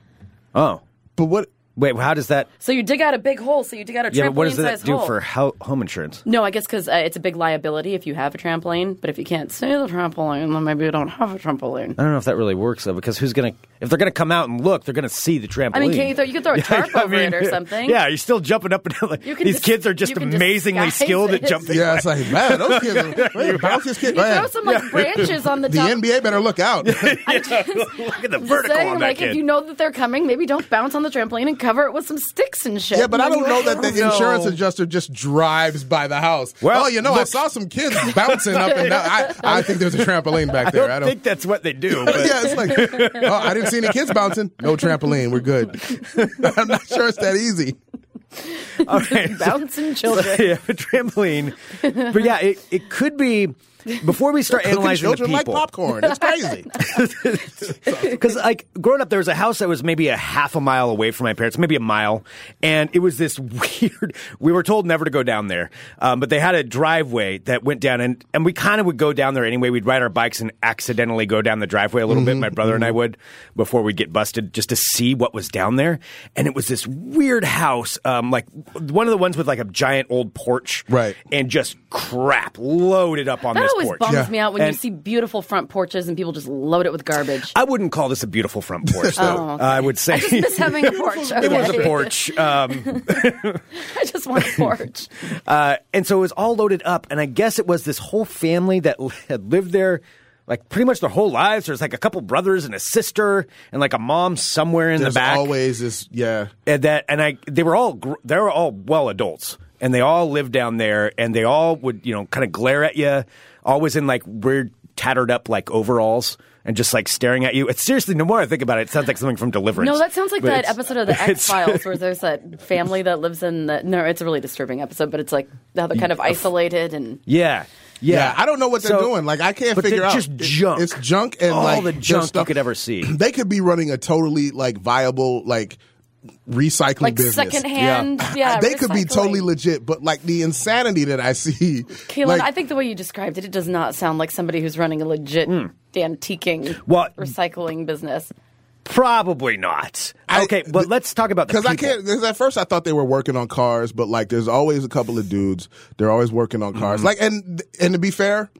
Speaker 6: oh,
Speaker 8: but what?
Speaker 6: wait, how does that?
Speaker 7: So you dig out a big hole. So you dig out a trampoline
Speaker 6: Yeah, but what does that
Speaker 7: sized
Speaker 6: do
Speaker 7: hole.
Speaker 6: for ho- home insurance?
Speaker 7: No, I guess because uh, it's a big liability if you have a trampoline. But if you can't see the trampoline, then maybe you don't have a trampoline.
Speaker 6: I don't know if that really works though, because who's gonna if they're gonna come out and look, they're gonna see the trampoline.
Speaker 7: I mean, can you throw you can throw a tarp
Speaker 6: I
Speaker 7: over it or
Speaker 6: mean,
Speaker 7: something?
Speaker 6: Yeah, you're still jumping up and down. Like,
Speaker 7: You can
Speaker 6: these
Speaker 7: dis-
Speaker 6: kids are just
Speaker 7: you can
Speaker 6: amazingly
Speaker 7: disguise
Speaker 6: skilled at
Speaker 7: it.
Speaker 6: jumping.
Speaker 8: Yeah, it's like man, those kids. Are, man, bounce this kid.
Speaker 7: You
Speaker 8: Man,
Speaker 7: throw some like branches on the
Speaker 8: the
Speaker 7: top.
Speaker 8: NBA better look out.
Speaker 6: Look at the
Speaker 7: Just
Speaker 6: vertical
Speaker 7: saying,
Speaker 6: on that
Speaker 7: like,
Speaker 6: kid.
Speaker 7: if you know that they're coming, maybe don't bounce on the trampoline and cover it with some sticks and shit.
Speaker 8: yeah, but I don't know that the
Speaker 7: No.
Speaker 8: insurance adjuster just drives by the house.
Speaker 6: Well,
Speaker 8: oh, you know, I
Speaker 6: look-
Speaker 8: saw some kids bouncing up and down. I, I think there's a trampoline back there.
Speaker 6: I don't think that's what they do. But
Speaker 8: yeah, it's like, oh, I didn't see any kids bouncing. No trampoline. We're good. I'm not sure it's that easy.
Speaker 6: all right.
Speaker 7: Bouncing children.
Speaker 6: yeah, a trampoline. but yeah, it, it could be before we start
Speaker 8: Cooking
Speaker 6: analyzing the
Speaker 8: children
Speaker 6: people,
Speaker 8: like popcorn. That's crazy.
Speaker 6: because like growing up, there was a house that was maybe a half a mile away from my parents, maybe a mile, and it was this weird. We were told never to go down there, um, but they had a driveway that went down, and and we kind of would go down there anyway. We'd ride our bikes and accidentally go down the driveway a little
Speaker 8: Mm-hmm.
Speaker 6: bit. My brother and I would before we'd get busted, just to see what was down there. And it was this weird house, um, like one of the ones with like a giant old porch,
Speaker 8: Right.
Speaker 6: And just crap loaded up on
Speaker 7: That
Speaker 6: this
Speaker 7: always
Speaker 6: porch.
Speaker 7: bums
Speaker 8: Yeah.
Speaker 7: me out when
Speaker 6: And-
Speaker 7: you see beautiful front porches and people just load it with garbage.
Speaker 6: I wouldn't call this a beautiful front porch, though.
Speaker 7: Oh, okay.
Speaker 6: I would say
Speaker 7: I just miss having a porch.
Speaker 6: it was a
Speaker 7: okay.
Speaker 6: porch. Um,
Speaker 7: I just want a porch.
Speaker 6: uh, and so it was all loaded up. And I guess it was this whole family that l- had lived there like pretty much their whole lives. There's like a couple brothers and a sister and like a mom somewhere in
Speaker 8: There's
Speaker 6: the back.
Speaker 8: always this, yeah.
Speaker 6: and that and I they were all gr- they were all well adults and they all lived down there and they all would you know kind of glare at you always in like weird tattered up like overalls and just like staring at you it's seriously no more I think about it it sounds like something from Deliverance
Speaker 7: No, that sounds like
Speaker 6: But
Speaker 7: that
Speaker 6: it's-
Speaker 7: episode of the X
Speaker 6: it's-
Speaker 7: Files where there's that family that lives in the. No, it's a really disturbing episode, but it's like how they're kind of isolated and.
Speaker 6: yeah yeah,
Speaker 8: Yeah, I don't know what they're
Speaker 6: So-
Speaker 8: doing. Like I can't
Speaker 6: but
Speaker 8: figure
Speaker 6: they're
Speaker 8: out.
Speaker 6: just
Speaker 8: It-
Speaker 6: junk
Speaker 8: It's junk and
Speaker 6: all
Speaker 8: like
Speaker 6: the
Speaker 8: there's
Speaker 6: junk you
Speaker 8: stuff-
Speaker 6: could ever see
Speaker 8: They could be running a totally like viable like recycling
Speaker 7: Like
Speaker 8: business.
Speaker 7: secondhand, yeah.
Speaker 8: they could be
Speaker 7: recycling.
Speaker 8: totally legit, but like the insanity that I see.
Speaker 7: Kaylin,
Speaker 8: like,
Speaker 7: I think the way you described it, it does not sound like somebody who's running a legit
Speaker 6: Hmm.
Speaker 7: antiquing
Speaker 6: Well,
Speaker 7: recycling business.
Speaker 6: probably not
Speaker 8: I-
Speaker 6: okay but
Speaker 8: th-
Speaker 6: let's talk about the
Speaker 8: because I
Speaker 6: people.
Speaker 8: can't. 'cause at first, I thought they were working on cars, but like, there's always a couple of dudes. They're always working on
Speaker 6: Mm-hmm.
Speaker 8: cars. Like, and and to be fair,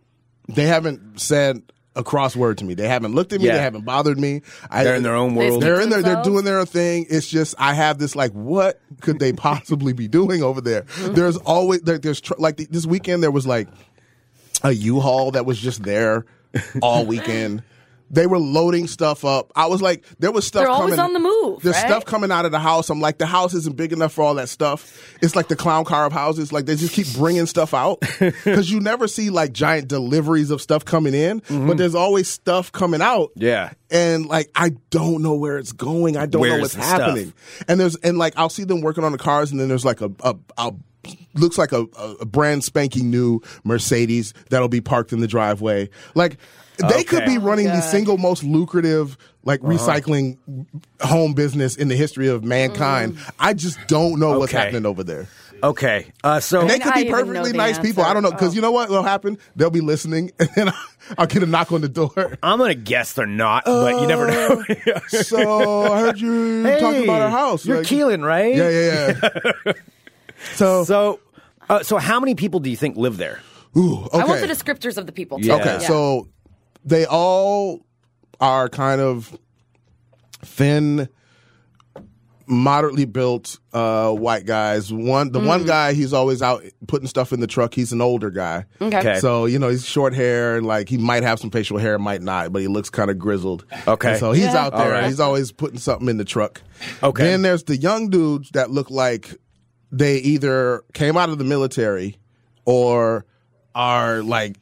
Speaker 8: they haven't said a cross word to me. They haven't looked at me.
Speaker 6: Yeah.
Speaker 8: They haven't bothered me. I,
Speaker 6: they're in their own
Speaker 7: They
Speaker 6: world
Speaker 7: speak-
Speaker 8: They're in there. They're
Speaker 7: themselves?
Speaker 8: doing their thing. It's just I have this like, what could they possibly be doing over there? There's always there, there's tr- like th- this weekend there was like a U-Haul that was just there all weekend. They were loading stuff up. I was like, there was stuff.
Speaker 7: They're always
Speaker 8: coming,
Speaker 7: on the move,
Speaker 8: There's
Speaker 7: right?
Speaker 8: stuff coming out of the house. I'm like, the house isn't big enough for all that stuff. It's like the clown car of houses. Like they just keep bringing stuff out because you never see like giant deliveries of stuff coming in, but there's always stuff coming out
Speaker 6: Yeah.
Speaker 8: and like I don't know where it's going. I don't know
Speaker 6: Where's
Speaker 8: what's
Speaker 6: the stuff?
Speaker 8: happening. And there's and like I'll see them working on the cars, and then there's like a a. a looks like a, a a brand spanking new Mercedes that'll be parked in the driveway. Like they could
Speaker 6: Okay. Uh-huh.
Speaker 8: be running the
Speaker 7: Oh God.
Speaker 8: single most lucrative like recycling home business in the history of mankind.
Speaker 7: Mm.
Speaker 8: I just don't know what's
Speaker 6: Okay.
Speaker 8: happening over there.
Speaker 6: okay uh, so
Speaker 8: They
Speaker 7: And
Speaker 8: could
Speaker 7: I
Speaker 8: be
Speaker 7: even know
Speaker 8: perfectly
Speaker 7: the
Speaker 8: nice people.
Speaker 7: answer.
Speaker 8: I don't know because
Speaker 7: Oh.
Speaker 8: you know what will happen? They'll be listening, and then I'll get a knock on the door.
Speaker 6: I'm gonna guess they're not but you never know
Speaker 8: so I heard you Uh, talking about our house.
Speaker 6: you're
Speaker 8: Like-
Speaker 6: Keelan right
Speaker 8: Yeah, yeah, yeah. so,
Speaker 6: So, uh, so how many people do you think live there?
Speaker 8: ooh, okay.
Speaker 7: I want the descriptors of the people. too.
Speaker 6: Yeah.
Speaker 8: Okay, so they all are kind of thin, moderately built uh, white guys. One, the
Speaker 7: Mm.
Speaker 8: one guy, he's always out putting stuff in the truck. He's an older guy.
Speaker 7: Okay.
Speaker 6: Okay.
Speaker 8: So you know he's short hair, and like he might have some facial hair, might not, but he looks kind of grizzled.
Speaker 6: Okay.
Speaker 8: And so he's
Speaker 7: Yeah.
Speaker 8: out there.
Speaker 6: All right.
Speaker 8: He's always putting something in the truck.
Speaker 6: Okay.
Speaker 8: Then there's the young dudes that look like they either came out of the military or are like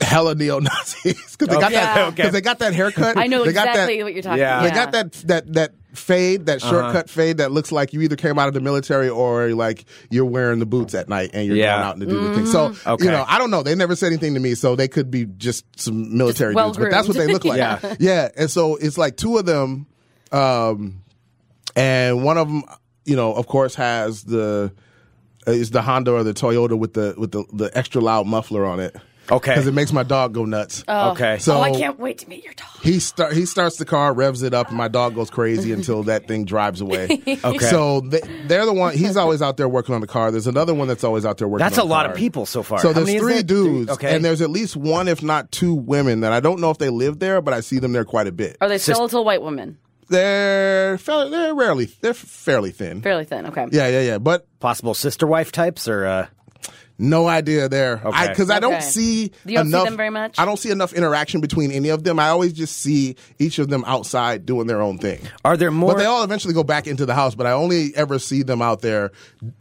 Speaker 8: hella neo Nazis because they got
Speaker 7: Yeah.
Speaker 8: that
Speaker 6: Okay.
Speaker 8: because they got that haircut.
Speaker 7: I know
Speaker 8: they got
Speaker 7: exactly
Speaker 8: that,
Speaker 7: what you're talking
Speaker 6: Yeah.
Speaker 7: about.
Speaker 6: They
Speaker 8: They got that that that fade, that
Speaker 6: Uh-huh.
Speaker 8: shortcut fade that looks like you either came out of the military or like you're wearing the boots at night and you're
Speaker 6: Yeah.
Speaker 8: going out to do the thing. So
Speaker 7: Mm-hmm.
Speaker 6: Okay.
Speaker 8: you know, I don't know. They never said anything to me, so they could be just some military dudes, but that's what they look like.
Speaker 6: Yeah.
Speaker 8: yeah. And so it's like two of them, um, and one of them, you know, of course, has the uh, is the Honda or the Toyota with the with the, the extra loud muffler on it.
Speaker 6: Okay.
Speaker 8: because it makes my dog go nuts.
Speaker 6: okay.
Speaker 8: So
Speaker 7: oh, I can't wait to meet your dog.
Speaker 8: he start he starts the car, revs it up, and my dog goes crazy until that thing drives away.
Speaker 6: Okay.
Speaker 8: So they, they're the one. He's always out there working on the car. There's another one that's always out there working.
Speaker 6: That's
Speaker 8: on
Speaker 6: a
Speaker 8: the
Speaker 6: lot of
Speaker 8: car.
Speaker 6: people so far.
Speaker 8: So
Speaker 6: How
Speaker 8: there's
Speaker 6: many is
Speaker 8: three
Speaker 6: that?
Speaker 8: dudes,
Speaker 6: Okay.
Speaker 8: and there's at least one, if not two, women that I don't know if they live there, but I see them there quite a bit.
Speaker 7: Are they skeletal white women?
Speaker 8: They're fa- they're rarely they're fairly thin.
Speaker 7: Fairly thin. Okay.
Speaker 8: Yeah, yeah, yeah. But
Speaker 6: possible sister wife types or uh,
Speaker 8: No idea there. Because I,
Speaker 6: Okay.
Speaker 8: 'cause I don't
Speaker 7: Okay.
Speaker 8: see
Speaker 7: You don't see
Speaker 8: enough.
Speaker 7: them very much?
Speaker 8: I don't see enough interaction between any of them. I always just see each of them outside doing their own thing.
Speaker 6: are there more?
Speaker 8: But they all eventually go back into the house. But I only ever see them out there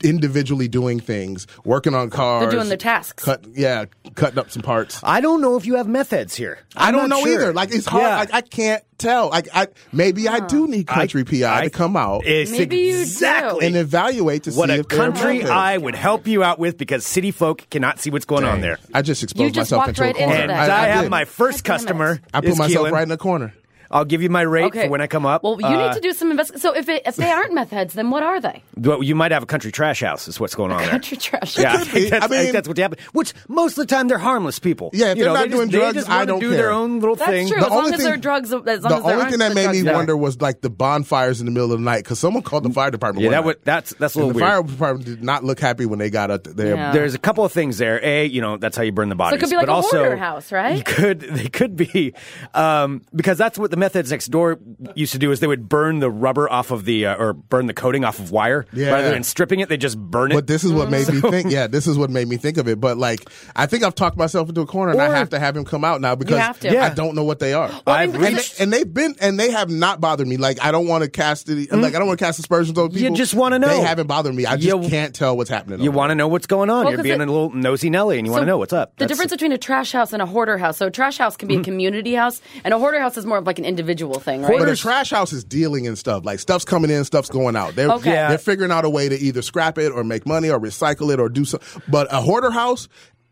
Speaker 8: individually doing things, working on cars.
Speaker 7: They're doing their tasks.
Speaker 8: Cut, yeah, cutting up some parts.
Speaker 6: I don't know if you have methods here.
Speaker 8: I
Speaker 6: I'm
Speaker 8: don't
Speaker 6: not
Speaker 8: know
Speaker 6: sure.
Speaker 8: either. Like it's hard.
Speaker 6: Yeah.
Speaker 8: Like I can't tell. Like I maybe I do need country PI
Speaker 6: I-
Speaker 8: to come out
Speaker 6: It's
Speaker 7: Maybe you do.
Speaker 6: exactly
Speaker 8: and evaluate to
Speaker 6: what
Speaker 8: see
Speaker 6: a
Speaker 8: if they're
Speaker 6: country
Speaker 8: relevant.
Speaker 6: I would help you out with because city folk cannot see what's going on there.
Speaker 8: I just exposed
Speaker 7: You just
Speaker 8: myself
Speaker 7: walked
Speaker 8: into
Speaker 7: right
Speaker 8: a corner.
Speaker 7: into that.
Speaker 6: And I,
Speaker 8: I, I
Speaker 6: have
Speaker 8: did.
Speaker 6: my first
Speaker 7: God damn it.
Speaker 6: customer.
Speaker 8: I put
Speaker 6: is
Speaker 8: myself
Speaker 6: Keelan.
Speaker 8: right in the corner.
Speaker 6: I'll give you my rate
Speaker 7: Okay.
Speaker 6: for when I come up. uh,
Speaker 7: Well, you need to do some investigation. So if it, if they aren't meth heads, then what are they?
Speaker 6: do. You might have a country trash house. Is what's going on there.
Speaker 7: Country trash.
Speaker 6: Yeah, I
Speaker 8: could
Speaker 6: think
Speaker 8: be.
Speaker 6: that's,
Speaker 8: I mean-
Speaker 6: think that's what happened. Which most of the time they're harmless people.
Speaker 8: Yeah, if
Speaker 6: You
Speaker 8: they're
Speaker 6: know,
Speaker 8: not
Speaker 6: they just-
Speaker 8: doing
Speaker 6: they
Speaker 8: drugs,
Speaker 6: just
Speaker 8: I
Speaker 6: wanna
Speaker 8: don't
Speaker 6: do
Speaker 8: care.
Speaker 6: their own little
Speaker 7: That's
Speaker 6: thing.
Speaker 7: true.
Speaker 8: The
Speaker 7: as long
Speaker 8: only
Speaker 7: as they're
Speaker 8: thing-
Speaker 7: drugs, as long
Speaker 8: The
Speaker 7: as they're
Speaker 8: only thing that made me wonder was like the bonfires in the middle of the night because someone called the fire department.
Speaker 6: Yeah,
Speaker 8: one
Speaker 6: that
Speaker 8: night.
Speaker 6: would that's that's a
Speaker 8: And
Speaker 6: little
Speaker 8: the
Speaker 6: weird.
Speaker 8: fire department did not look happy when they got up there.
Speaker 7: Yeah.
Speaker 6: There's a couple of things there. A, you know, that's how you burn the bodies.
Speaker 7: could be like
Speaker 6: but
Speaker 7: a
Speaker 6: also,
Speaker 7: hoarder house, right?
Speaker 6: You could, they could be, um, because that's what the methods next door used to do is they would burn the rubber off of the uh, or burn the coating off of wire
Speaker 8: Yeah.
Speaker 6: rather than stripping it. They just burn it.
Speaker 8: But this is what made me think. Yeah, this is what made me think of it. But like, I think I've talked myself into a corner, and I
Speaker 6: Or-
Speaker 8: have to have him come out now because
Speaker 7: have to.
Speaker 6: Yeah.
Speaker 8: I don't know what they are.
Speaker 7: I mean,
Speaker 6: I've
Speaker 7: because
Speaker 8: and,
Speaker 6: reached.
Speaker 8: they, and they've been and they have not bothered me. Like I don't want to cast it. Like I don't want to cast aspersions on people.
Speaker 6: Hmm? just wanna know.
Speaker 8: They haven't bothered me. I just
Speaker 6: You-
Speaker 8: can't tell what's happening.
Speaker 6: You want to know what's going on.
Speaker 7: Well,
Speaker 6: You're
Speaker 7: 'cause
Speaker 6: being
Speaker 7: it-
Speaker 6: a little nosy Nelly, and you want to
Speaker 7: So
Speaker 6: know what's up.
Speaker 7: The
Speaker 6: That's- Mm-hmm.
Speaker 7: difference between a trash house and a hoarder house. So a trash house can be a community house, and a hoarder house is more of like an individual thing, right?
Speaker 8: But a trash house is dealing in stuff. Like stuff's coming in, stuff's going out. They're
Speaker 7: Okay. Yeah.
Speaker 8: they're figuring out a way to either scrap it or make money or recycle it or do so. But a hoarder house,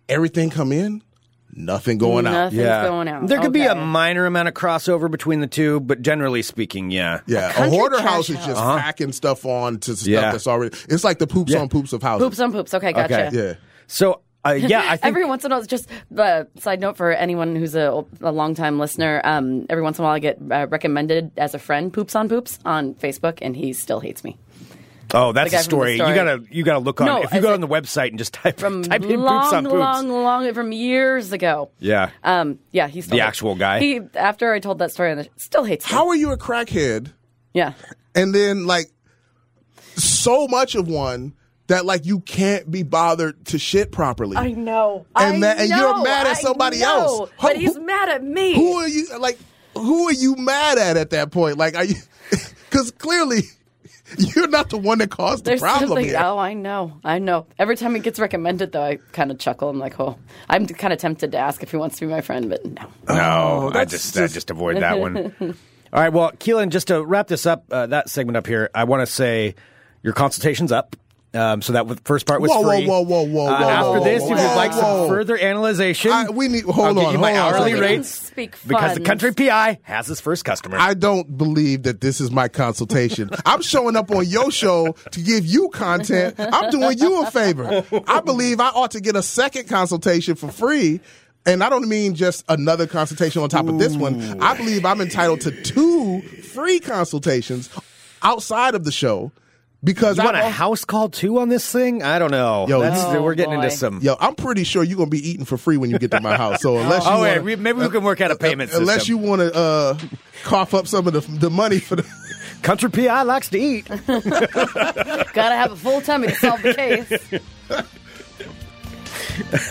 Speaker 8: everything come in, nothing going out.
Speaker 7: Nothing's going out.
Speaker 6: There could be a
Speaker 7: Okay.
Speaker 6: minor amount of crossover between the two, but generally speaking, yeah.
Speaker 8: Yeah, a,
Speaker 7: country
Speaker 8: hoarder
Speaker 7: trash
Speaker 8: house is just packing stuff on to stuff
Speaker 6: Yeah.
Speaker 8: that's already. It's like the poops
Speaker 6: Yeah.
Speaker 8: on poops of houses.
Speaker 7: poops on poops. Okay, gotcha.
Speaker 8: yeah.
Speaker 6: So, uh, yeah, I think
Speaker 7: Every once in a while, it's just uh, side note for anyone who's a, a longtime listener. Um, every once in a while, I get uh, recommended as a friend poops on poops on Facebook, and he still hates me.
Speaker 6: Oh, that's
Speaker 7: the guy from the
Speaker 6: a story. You
Speaker 7: story.
Speaker 6: gotta you gotta look on.
Speaker 7: No,
Speaker 6: if you
Speaker 7: I
Speaker 6: go
Speaker 7: said-
Speaker 6: on the website and just type
Speaker 7: From
Speaker 6: type in
Speaker 7: long,
Speaker 6: poops on poops.
Speaker 7: long, long, from years ago.
Speaker 6: Yeah.
Speaker 7: Um. Yeah. He still
Speaker 6: The
Speaker 7: hates-
Speaker 6: actual guy?
Speaker 7: He after I told that story, on the, still hates me.
Speaker 8: How are you a crackhead?
Speaker 7: Yeah.
Speaker 8: and then like so much of one that like you can't be bothered to shit properly.
Speaker 7: I know.
Speaker 8: And
Speaker 7: I
Speaker 8: that- and you're
Speaker 7: know,
Speaker 8: mad at
Speaker 7: I
Speaker 8: somebody
Speaker 7: know,
Speaker 8: else. How-
Speaker 7: but he's
Speaker 8: who-
Speaker 7: mad at me.
Speaker 8: Who are you like? Who are you mad at at that point? Like, are you? Because clearly, you're not the one that caused the
Speaker 7: There's
Speaker 8: problem
Speaker 7: something.
Speaker 8: here.
Speaker 7: Oh, I know. I know. Every time it gets recommended, though, I kind of chuckle. I'm like, oh, I'm kind of tempted to ask if he wants to be my friend, but no.
Speaker 6: No, I just, I just avoid that one. All right, well, Keelan, just to wrap this up, uh, that segment up here, I want to say your consultation's up. Um, so that was- first part was
Speaker 8: Whoa, whoa,
Speaker 6: free.
Speaker 8: whoa, whoa, whoa,
Speaker 6: Uh,
Speaker 8: whoa,
Speaker 6: after
Speaker 8: whoa,
Speaker 6: this,
Speaker 8: whoa,
Speaker 6: if you'd
Speaker 8: whoa,
Speaker 6: like some
Speaker 8: whoa.
Speaker 6: further analyzation,
Speaker 8: I- we need- hold
Speaker 6: I'll give
Speaker 8: on,
Speaker 6: you my
Speaker 8: hold on.
Speaker 6: hourly
Speaker 8: Well, we
Speaker 7: can
Speaker 6: rates
Speaker 7: speak
Speaker 6: because the
Speaker 7: funds.
Speaker 6: country PI has his first customer.
Speaker 8: I don't believe that this is my consultation. I'm showing up on your show to give you content. I'm doing you a favor. I believe I ought to get a second consultation for free. And I don't mean just another consultation on top of this one. I believe I'm entitled to two free consultations outside of the show because
Speaker 6: you want
Speaker 8: I
Speaker 6: a house call too on this thing? I don't know.
Speaker 8: Yo,
Speaker 6: That's,
Speaker 7: Oh,
Speaker 6: we're getting
Speaker 7: boy.
Speaker 6: into some.
Speaker 8: Yo, I'm pretty sure you're gonna be eating for free when you get to my house. So unless you
Speaker 6: oh, wait,
Speaker 8: wanna, uh,
Speaker 6: we- maybe we can work out a payment system.
Speaker 8: unless you want to uh, cough up some of the, the money for the
Speaker 6: Country PI likes to eat.
Speaker 7: Gotta have a full tummy to solve the case.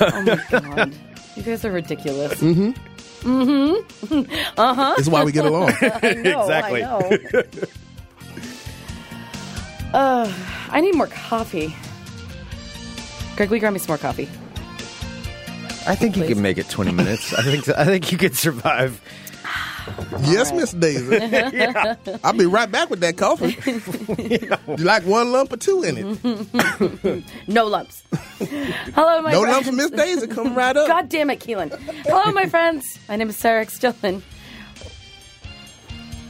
Speaker 7: oh my god, you guys are ridiculous.
Speaker 8: is why we get along.
Speaker 7: I know,
Speaker 6: Exactly.
Speaker 7: I know. Ugh, I need more coffee. Greg, will you grab me some more coffee?
Speaker 6: I think you
Speaker 7: Please.
Speaker 6: can make it 20 minutes. I think I think you could survive.
Speaker 8: Yes, Miss Daisy. I'll be right back with that coffee. You like one lump or two in it?
Speaker 7: No lumps. Hello, my
Speaker 8: No
Speaker 7: friends.
Speaker 8: lumps, Miss Daisy. Come right up.
Speaker 7: God damn it, Keelan. Hello, my friends. My name is Sarah Stillman.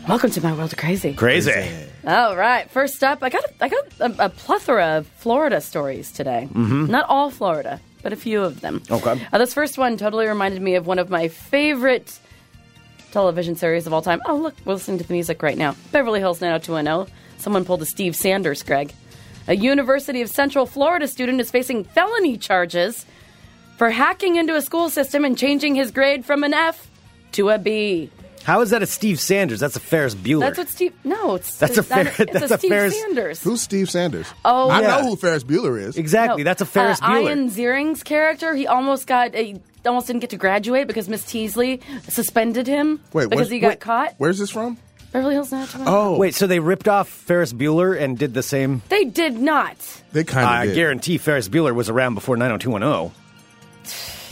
Speaker 7: Welcome to my world of crazy.
Speaker 6: Crazy.
Speaker 7: All right. First up, I got a, I got a, a plethora of Florida stories today. Mm-hmm. Not all Florida, but a few of them.
Speaker 6: Okay.
Speaker 7: Uh, this first one totally reminded me of one of my favorite television series of all time. Oh, look, we're listening to the music right now. Beverly Hills 90210. Someone pulled a Steve Sanders, Greg. A University of Central Florida student is facing felony charges for hacking into a school system and changing his grade from an F to a B.
Speaker 6: How is that a Steve Sanders? That's a Ferris Bueller.
Speaker 7: That's what Steve. No, it's
Speaker 6: That's a
Speaker 7: it's not
Speaker 6: fair-
Speaker 7: it's
Speaker 6: that's
Speaker 7: a
Speaker 6: a
Speaker 7: Steve
Speaker 6: fair-
Speaker 7: Sanders.
Speaker 8: Who's Steve Sanders?
Speaker 7: Oh.
Speaker 8: I
Speaker 6: Yeah.
Speaker 8: know who Ferris Bueller is.
Speaker 6: exactly.
Speaker 7: No.
Speaker 6: That's a Ferris
Speaker 7: uh,
Speaker 6: Bueller.
Speaker 7: Ian Ziering's character, he almost got, he almost didn't get to graduate because Miss Teasley suspended him
Speaker 8: Wait,
Speaker 7: because
Speaker 8: where-
Speaker 7: he got
Speaker 8: wait,
Speaker 7: caught.
Speaker 8: Where's this from?
Speaker 7: Beverly Hills Natural.
Speaker 8: Oh,
Speaker 6: Wait, so they ripped off Ferris Bueller and did the same?
Speaker 7: They did not.
Speaker 8: They kind of
Speaker 6: Uh, oh I guarantee Ferris Bueller was around before 90210.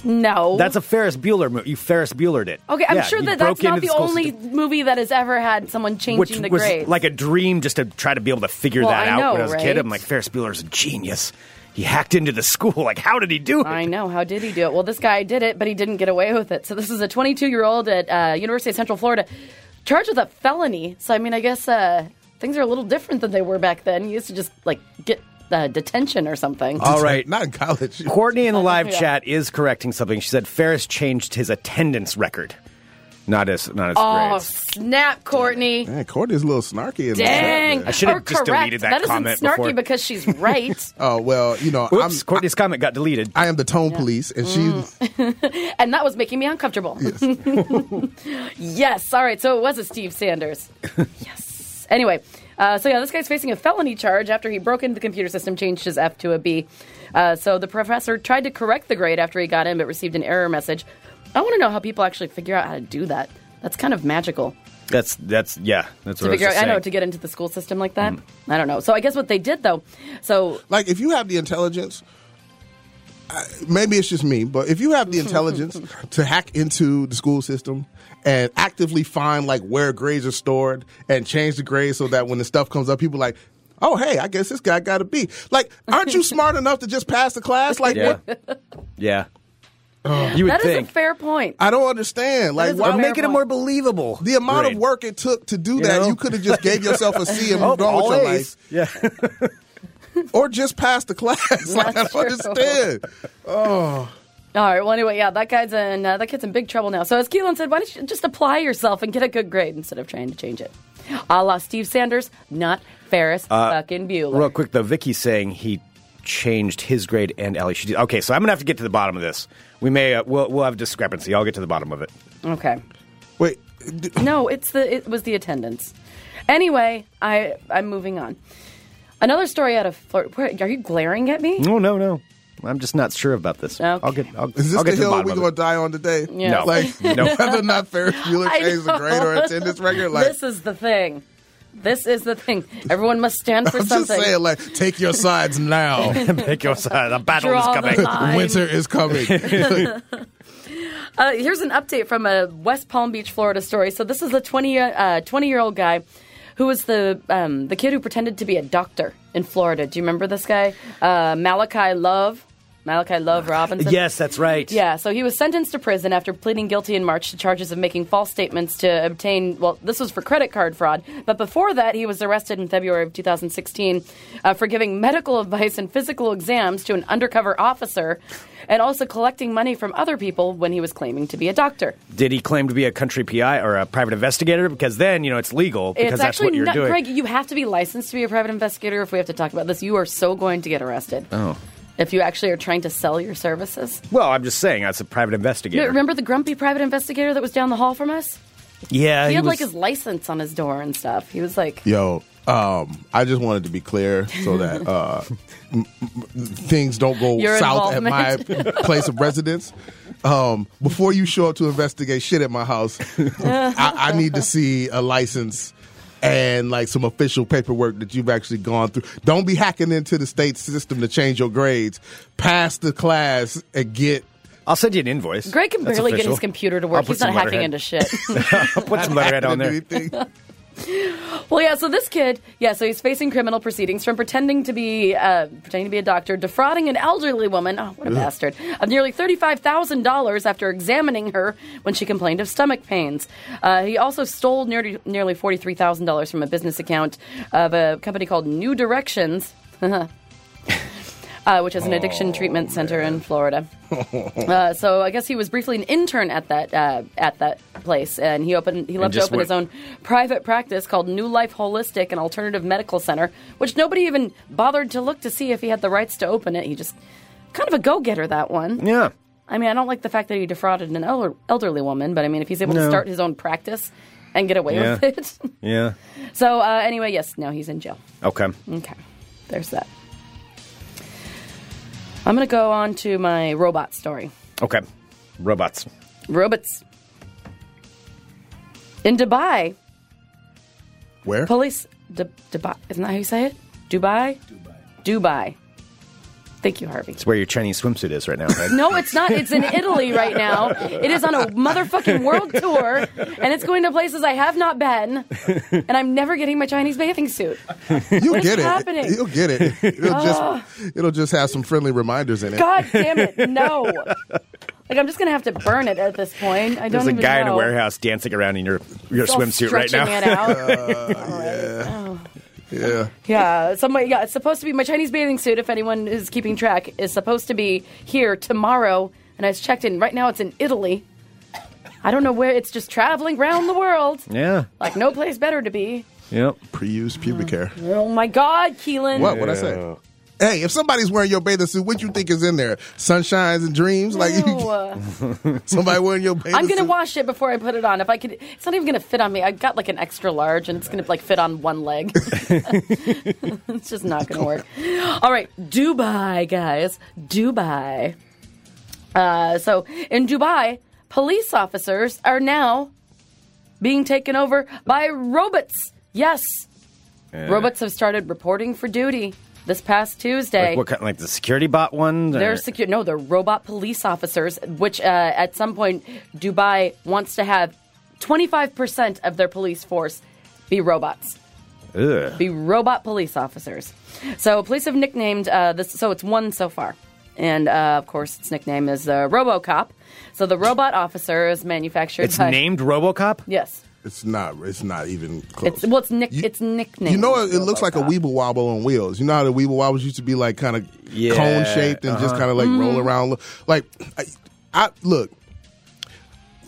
Speaker 7: No.
Speaker 6: That's a Ferris Bueller movie. You Ferris Buellered it.
Speaker 7: Okay, I'm
Speaker 6: Yeah,
Speaker 7: sure
Speaker 6: you
Speaker 7: that
Speaker 6: broke
Speaker 7: that's not
Speaker 6: into
Speaker 7: the
Speaker 6: school
Speaker 7: only
Speaker 6: system.
Speaker 7: movie that has ever had someone changing
Speaker 6: Which
Speaker 7: the
Speaker 6: was
Speaker 7: grades.
Speaker 6: like a dream just to try to be able to figure
Speaker 7: Well,
Speaker 6: that
Speaker 7: I
Speaker 6: out
Speaker 7: know,
Speaker 6: when I was a kid.
Speaker 7: right?
Speaker 6: I'm like, Ferris Bueller's a genius. He hacked into the school. Like, how did he do it?
Speaker 7: I know. How did he do it? Well, this guy did it, but he didn't get away with it. So this is a 22 year old at uh, University of Central Florida, charged with a felony. So I mean, I guess uh, things are a little different than they were back then. You used to just like get uh, detention or something.
Speaker 6: All right.
Speaker 8: Not in college.
Speaker 6: Courtney in the live
Speaker 7: yeah.
Speaker 6: chat is correcting something. She said Ferris changed his attendance record. Not his, not his
Speaker 7: oh
Speaker 6: grades.
Speaker 7: snap, Courtney!
Speaker 8: Man, Courtney's a little snarky in the chat
Speaker 7: Dang,
Speaker 8: there.
Speaker 6: I should've
Speaker 7: Or
Speaker 6: just
Speaker 7: correct.
Speaker 6: deleted that
Speaker 7: That
Speaker 6: comment
Speaker 7: isn't snarky
Speaker 6: before.
Speaker 7: because she's right,
Speaker 8: Oh well, you know,
Speaker 6: Whoops,
Speaker 8: I'm
Speaker 6: Courtney's comment got deleted.
Speaker 8: I am the tone police, and she
Speaker 7: and that was making me uncomfortable. Yes. All right. So it was a Steve Sanders. yes. Anyway, uh, so yeah, this guy's facing a felony charge after he broke into the computer system, changed his F to a B. Uh, so the professor tried to correct the grade after he got in, but received an error message. I want to know how people actually figure out how to do that. That's kind of magical
Speaker 6: That's that's yeah. That's
Speaker 7: to
Speaker 6: what
Speaker 7: figure
Speaker 6: I
Speaker 7: out.
Speaker 6: was just
Speaker 7: I know
Speaker 6: saying. Mm.
Speaker 7: to get into the school system like that. I don't know. So I guess what they did though. So
Speaker 8: like if you have the intelligence I- maybe it's just me but if you have the intelligence to hack into the school system and actively find like where grades are stored and change the grades so that when the stuff comes up people like oh hey i guess this guy got a b like aren't you smart enough to just pass the class like
Speaker 6: Yeah.
Speaker 8: what
Speaker 6: yeah. you would
Speaker 7: that is
Speaker 6: think.
Speaker 7: a fair point.
Speaker 8: i don't understand like
Speaker 7: is a
Speaker 8: why
Speaker 7: fair
Speaker 6: Make it a
Speaker 7: point.
Speaker 6: more believable.
Speaker 8: the amount
Speaker 6: grade.
Speaker 8: of work it took to do that
Speaker 6: know?
Speaker 8: you could have just gave yourself a c and
Speaker 6: Oh,
Speaker 8: moved on with your
Speaker 6: all
Speaker 8: life
Speaker 6: A's. Yeah.
Speaker 8: or just pass the class like i
Speaker 7: That's
Speaker 8: don't
Speaker 7: true.
Speaker 8: understand
Speaker 7: All right. Well, anyway, yeah, that guy's in uh, that kid's in big trouble now. So as Keelan said, why don't you just apply yourself and get a good grade instead of trying to change it? A la Steve Sanders, not Ferris
Speaker 8: Uh,
Speaker 7: fucking Bueller.
Speaker 6: Real quick though, Vicky's saying he changed his grade and Ellie. She did. Okay, so I'm gonna have to get to the bottom of this. We may uh, we'll we'll have discrepancy. I'll get to the bottom of it.
Speaker 7: Okay.
Speaker 8: wait
Speaker 7: No, it's the it was the attendance. Anyway, I I'm moving on. Another story out of Florida. Where, are you glaring at me?
Speaker 6: No, no, no. I'm just not sure about this. I'll
Speaker 7: Okay.
Speaker 6: get. I'll,
Speaker 8: Is this
Speaker 6: I'll get
Speaker 8: the
Speaker 6: to the
Speaker 8: hill
Speaker 6: bottom
Speaker 8: we're
Speaker 6: of it.
Speaker 8: gonna die on today?
Speaker 7: Yeah. No.
Speaker 8: Like
Speaker 6: No.
Speaker 8: whether or not Ferris Bueller
Speaker 7: I
Speaker 8: changed the grade or
Speaker 7: know.
Speaker 8: attendance record. Like
Speaker 7: this is the thing. This is the thing. Everyone must stand for
Speaker 8: I'm just
Speaker 7: something.
Speaker 8: saying, like, take your sides now.
Speaker 6: Pick your side. The battle
Speaker 7: Draw
Speaker 6: is
Speaker 7: the
Speaker 6: coming.
Speaker 7: line.
Speaker 8: Winter is coming.
Speaker 7: Uh, here's an update from a West Palm Beach, Florida story. So this is a 20 uh, 20 year old guy who was the um, the kid who pretended to be a doctor in Florida. Do you remember this guy, uh, Malachi Love? Malachi Love Robinson.
Speaker 6: Yes, that's right.
Speaker 7: Yeah, Uh, so he was sentenced to prison after pleading guilty in March to charges of making false statements to obtain, well, this was for credit card fraud. But before that, he was arrested in February of 2016 uh, for giving medical advice and physical exams to an undercover officer and also collecting money from other people when he was claiming to be a doctor.
Speaker 6: Did he claim to be a country PI or a private investigator? Because then you know it's legal because
Speaker 7: it's
Speaker 6: that's
Speaker 7: actually
Speaker 6: what you're
Speaker 7: not,
Speaker 6: doing.
Speaker 7: Greg, you have to be licensed to be a private investigator if we have to talk about this. You are so going to get arrested. Oh. If you actually are trying to sell your services.
Speaker 6: Well, I'm just saying that's a private investigator.
Speaker 7: Remember the grumpy private investigator that was down the hall from us?
Speaker 6: yeah,
Speaker 7: he, had
Speaker 6: was-
Speaker 7: like his license on his door and stuff. He was like,
Speaker 8: Yo, um, I just wanted to be clear so that uh, m- m- things don't go
Speaker 7: Your
Speaker 8: south at my
Speaker 7: involvement.
Speaker 8: place of residence. Um, before you show up to investigate shit at my house, I, I need to see a license and like some official paperwork that you've actually gone through. Don't be hacking into the state system to change your grades. Pass the class and get.
Speaker 6: I'll send you an invoice.
Speaker 7: Greg can
Speaker 6: That's
Speaker 7: barely get
Speaker 6: official.
Speaker 7: his computer to
Speaker 6: I'll
Speaker 7: work.
Speaker 6: put
Speaker 7: He's not
Speaker 6: some
Speaker 7: hacking
Speaker 6: letterhead.
Speaker 7: into shit.
Speaker 6: I'll put some letterhead on there.
Speaker 8: Anything.
Speaker 7: well, yeah. So this kid, yeah. So he's facing criminal proceedings from pretending to be uh, pretending to be a doctor, defrauding an elderly woman. Oh, what a bastard! Of nearly thirty-five thousand dollars after examining her when she complained of stomach pains. Uh, he also stole nearly nearly forty-three thousand dollars from a business account of a company called New Directions. uh, which is an addiction treatment center in Florida. uh, so I guess he was briefly an intern at that uh, at that place, and he opened he left to
Speaker 6: just
Speaker 7: open
Speaker 6: went-
Speaker 7: his own private practice called New Life Holistic and Alternative Medical Center, which nobody even bothered to look to see if he had the rights to open it. He just kind of a go getter that one.
Speaker 6: Yeah.
Speaker 7: I mean, I don't like the fact that he defrauded an elder, elderly woman, but I mean, if he's able
Speaker 6: No.
Speaker 7: to start his own practice and get away
Speaker 6: Yeah.
Speaker 7: with it,
Speaker 6: Yeah.
Speaker 7: so uh, anyway, yes, now he's in jail.
Speaker 6: Okay.
Speaker 7: Okay, there's that. I'm going to go on to my robot story.
Speaker 6: Okay. Robots.
Speaker 7: Robots. In Dubai,
Speaker 8: Where?
Speaker 7: police. D- Dubai. Isn't that how you say it? Dubai? Dubai. Dubai. Thank you, Harvey.
Speaker 6: It's where your Chinese swimsuit is right now, right?
Speaker 7: No, it's not. It's in Italy right now. It is on a motherfucking world tour, and it's going to places I have not been, and I'm never getting my Chinese bathing suit.
Speaker 8: You'll
Speaker 7: What is
Speaker 8: get it.
Speaker 7: happening? Ah.
Speaker 8: You'll get it. It'll just it'll just have some friendly reminders in it.
Speaker 7: God damn it, no. Like I'm just gonna have to burn it at this point. I don't
Speaker 6: There's a
Speaker 7: even
Speaker 6: guy
Speaker 7: know.
Speaker 6: in a warehouse dancing around in your your
Speaker 7: All
Speaker 6: swimsuit right
Speaker 7: stretching
Speaker 6: now.
Speaker 7: It out.
Speaker 8: Yeah.
Speaker 7: Yeah, somebody. Yeah, it's supposed to be my Chinese bathing suit. If anyone is keeping track, is supposed to be here tomorrow, and I was checked in. Right now, it's in Italy. I don't know where. It's just traveling around the world.
Speaker 6: Yeah.
Speaker 7: Like no place better to be.
Speaker 6: Yep.
Speaker 8: Pre-used pubic hair.
Speaker 7: Oh my God, Keelan.
Speaker 8: What? What I say? Hey, if somebody's wearing your bathing suit, what you think is in there? Sunshines and dreams? Like
Speaker 7: Ew.
Speaker 8: you, somebody wearing your bathing
Speaker 7: I'm gonna
Speaker 8: suit?
Speaker 7: wash it before I put it on. If I could, it's not even gonna fit on me. I got like an extra large, and it's gonna like fit on one leg. it's just not gonna work. All right, Dubai, guys, Dubai. Uh, so in Dubai, police officers are now being taken over by robots. Yes, robots have started reporting for duty this past Tuesday.
Speaker 6: Like what kind? Like the security bot one?
Speaker 7: They're
Speaker 6: Or-
Speaker 7: secure. No, they're robot police officers, which uh, at some point Dubai wants to have 25% of their police force be robots,
Speaker 6: Ugh.
Speaker 7: be robot police officers. So police have nicknamed uh, this. So it's one so far, and uh, of course its nickname is the RoboCop. So the robot officer is manufactured.
Speaker 6: It's
Speaker 7: by,
Speaker 6: named RoboCop.
Speaker 7: Yes.
Speaker 8: It's not. It's not even close.
Speaker 7: It's well. It's nick.
Speaker 8: You-
Speaker 7: it's nicknamed.
Speaker 8: You know, it, it looks like a
Speaker 7: RoboCop.
Speaker 8: weeble wobble on wheels. You know how the weeble wobbles used to be like kind of
Speaker 6: Yeah,
Speaker 8: cone shaped and just kind of like roll around. Like, I, I look.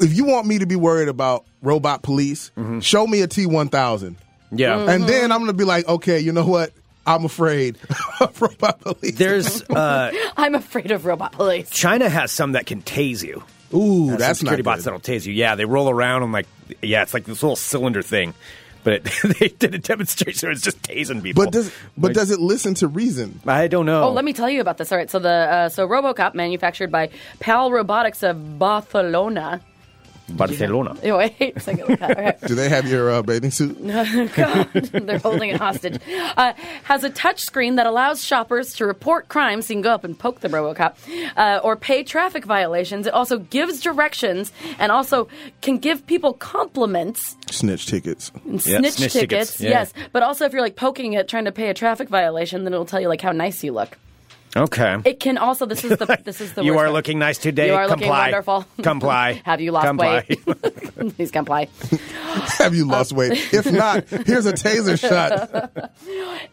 Speaker 8: If you want me to be worried about robot police, show me a T one thousand,
Speaker 6: Yeah.
Speaker 7: Mm.
Speaker 8: and then I'm gonna be like, okay, you know what? I'm afraid of robot police.
Speaker 6: There's uh,
Speaker 7: I'm afraid of robot police.
Speaker 6: China has some that can tase you.
Speaker 8: Ooh,
Speaker 6: Has some
Speaker 8: that's not
Speaker 6: security
Speaker 8: good.
Speaker 6: bots that'll tase you. Yeah, they roll around and like yeah, it's like this little cylinder thing. But it, they did a demonstration. where It's just tasing people.
Speaker 8: But does but
Speaker 6: Like,
Speaker 8: does it listen to reason?
Speaker 6: I don't know.
Speaker 7: Oh, let me tell you about this. All right, so the uh, so RoboCop, manufactured by Pal Robotics of Barcelona.
Speaker 6: Barcelona.
Speaker 7: Ew, I hate saying it like that. All right.
Speaker 8: Do they have your uh, bathing suit?
Speaker 7: They're holding it hostage. Uh, has a touch screen that allows shoppers to report crimes. So you can go up and poke the RoboCop uh, or pay traffic violations. It also gives directions and also can give people compliments
Speaker 8: Snitch tickets.
Speaker 6: Yeah,
Speaker 7: snitch,
Speaker 6: snitch
Speaker 7: tickets.
Speaker 6: tickets, yeah.
Speaker 7: Yes, but also if you're like poking it, trying to pay a traffic violation, then it'll tell you like how nice you look.
Speaker 6: Okay.
Speaker 7: It can also. This is the. This is the.
Speaker 6: you
Speaker 7: worst
Speaker 6: are
Speaker 7: part.
Speaker 6: looking nice today.
Speaker 7: You are looking
Speaker 6: Comply.
Speaker 7: wonderful.
Speaker 6: Comply.
Speaker 7: Have you lost
Speaker 6: Comply.
Speaker 7: weight? Please comply.
Speaker 8: Have you lost weight? If not, here's a taser shot.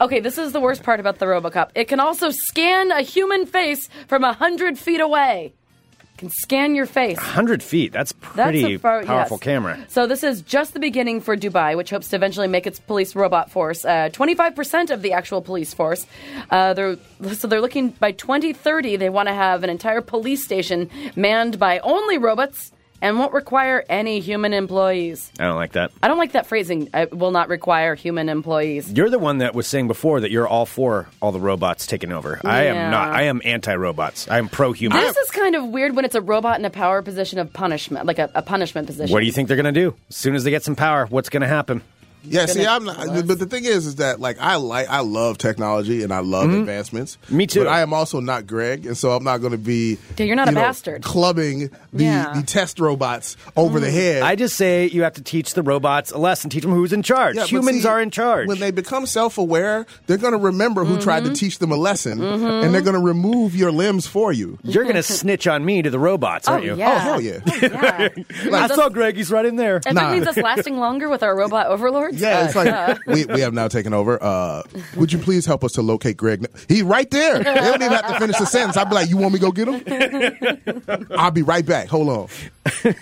Speaker 7: Okay, this is the worst part about the RoboCop. It can also scan a human face from a hundred feet away. It can scan your face.
Speaker 6: Hundred feet. That's
Speaker 7: That's
Speaker 6: pretty
Speaker 7: a far,
Speaker 6: powerful
Speaker 7: yes.
Speaker 6: camera.
Speaker 7: So this is just the beginning for Dubai, which hopes to eventually make its police robot force uh, 25% of the actual police force. Uh, they're, so they're looking by 2030, they want to have an entire police station manned by only robots and won't require any human employees.
Speaker 6: I don't like that.
Speaker 7: I don't like that phrasing. It will not require human employees.
Speaker 6: You're the one that was saying before that you're all for all the robots taking over. I
Speaker 7: Yeah.
Speaker 6: am not. I am anti-robots. I am pro-human.
Speaker 7: This is kind of weird when it's a robot in a power position of punishment, like a, a punishment position.
Speaker 6: What do you think they're going to do? As soon as they get some power, what's going to happen?
Speaker 8: Yeah, see, I'm not. But the thing is, is that like I like, I love technology and I love advancements.
Speaker 6: Mm-hmm. Me too.
Speaker 8: But I am also not Greg, and so I'm not going to be.
Speaker 7: Yeah, you're not
Speaker 8: you
Speaker 7: a
Speaker 8: know,
Speaker 7: bastard.
Speaker 8: Clubbing the,
Speaker 7: Yeah. Mm.
Speaker 8: the test robots over the head.
Speaker 6: I just say you have to teach the robots a lesson. Teach them who's in charge.
Speaker 8: Yeah, but
Speaker 6: Humans
Speaker 8: see,
Speaker 6: are in charge.
Speaker 8: When they become self aware, they're going to remember who tried
Speaker 7: Mm-hmm.
Speaker 8: to teach them a lesson, and they're going to remove your limbs for you.
Speaker 6: You're going to snitch on me to the robots,
Speaker 7: Oh
Speaker 6: aren't you?
Speaker 7: yeah!
Speaker 8: Oh, hell yeah.
Speaker 7: yeah.
Speaker 6: I saw Greg. He's right in there.
Speaker 7: If
Speaker 8: Nah.
Speaker 7: it means us lasting longer with our robot overlords,
Speaker 8: Yeah, it's
Speaker 7: uh,
Speaker 8: like we, we have now taken over. Uh, would you please help us to locate Greg? He right there. They don't even have to finish the sentence. I'd be like, "You want me to go get him? I'll be right back. Hold on."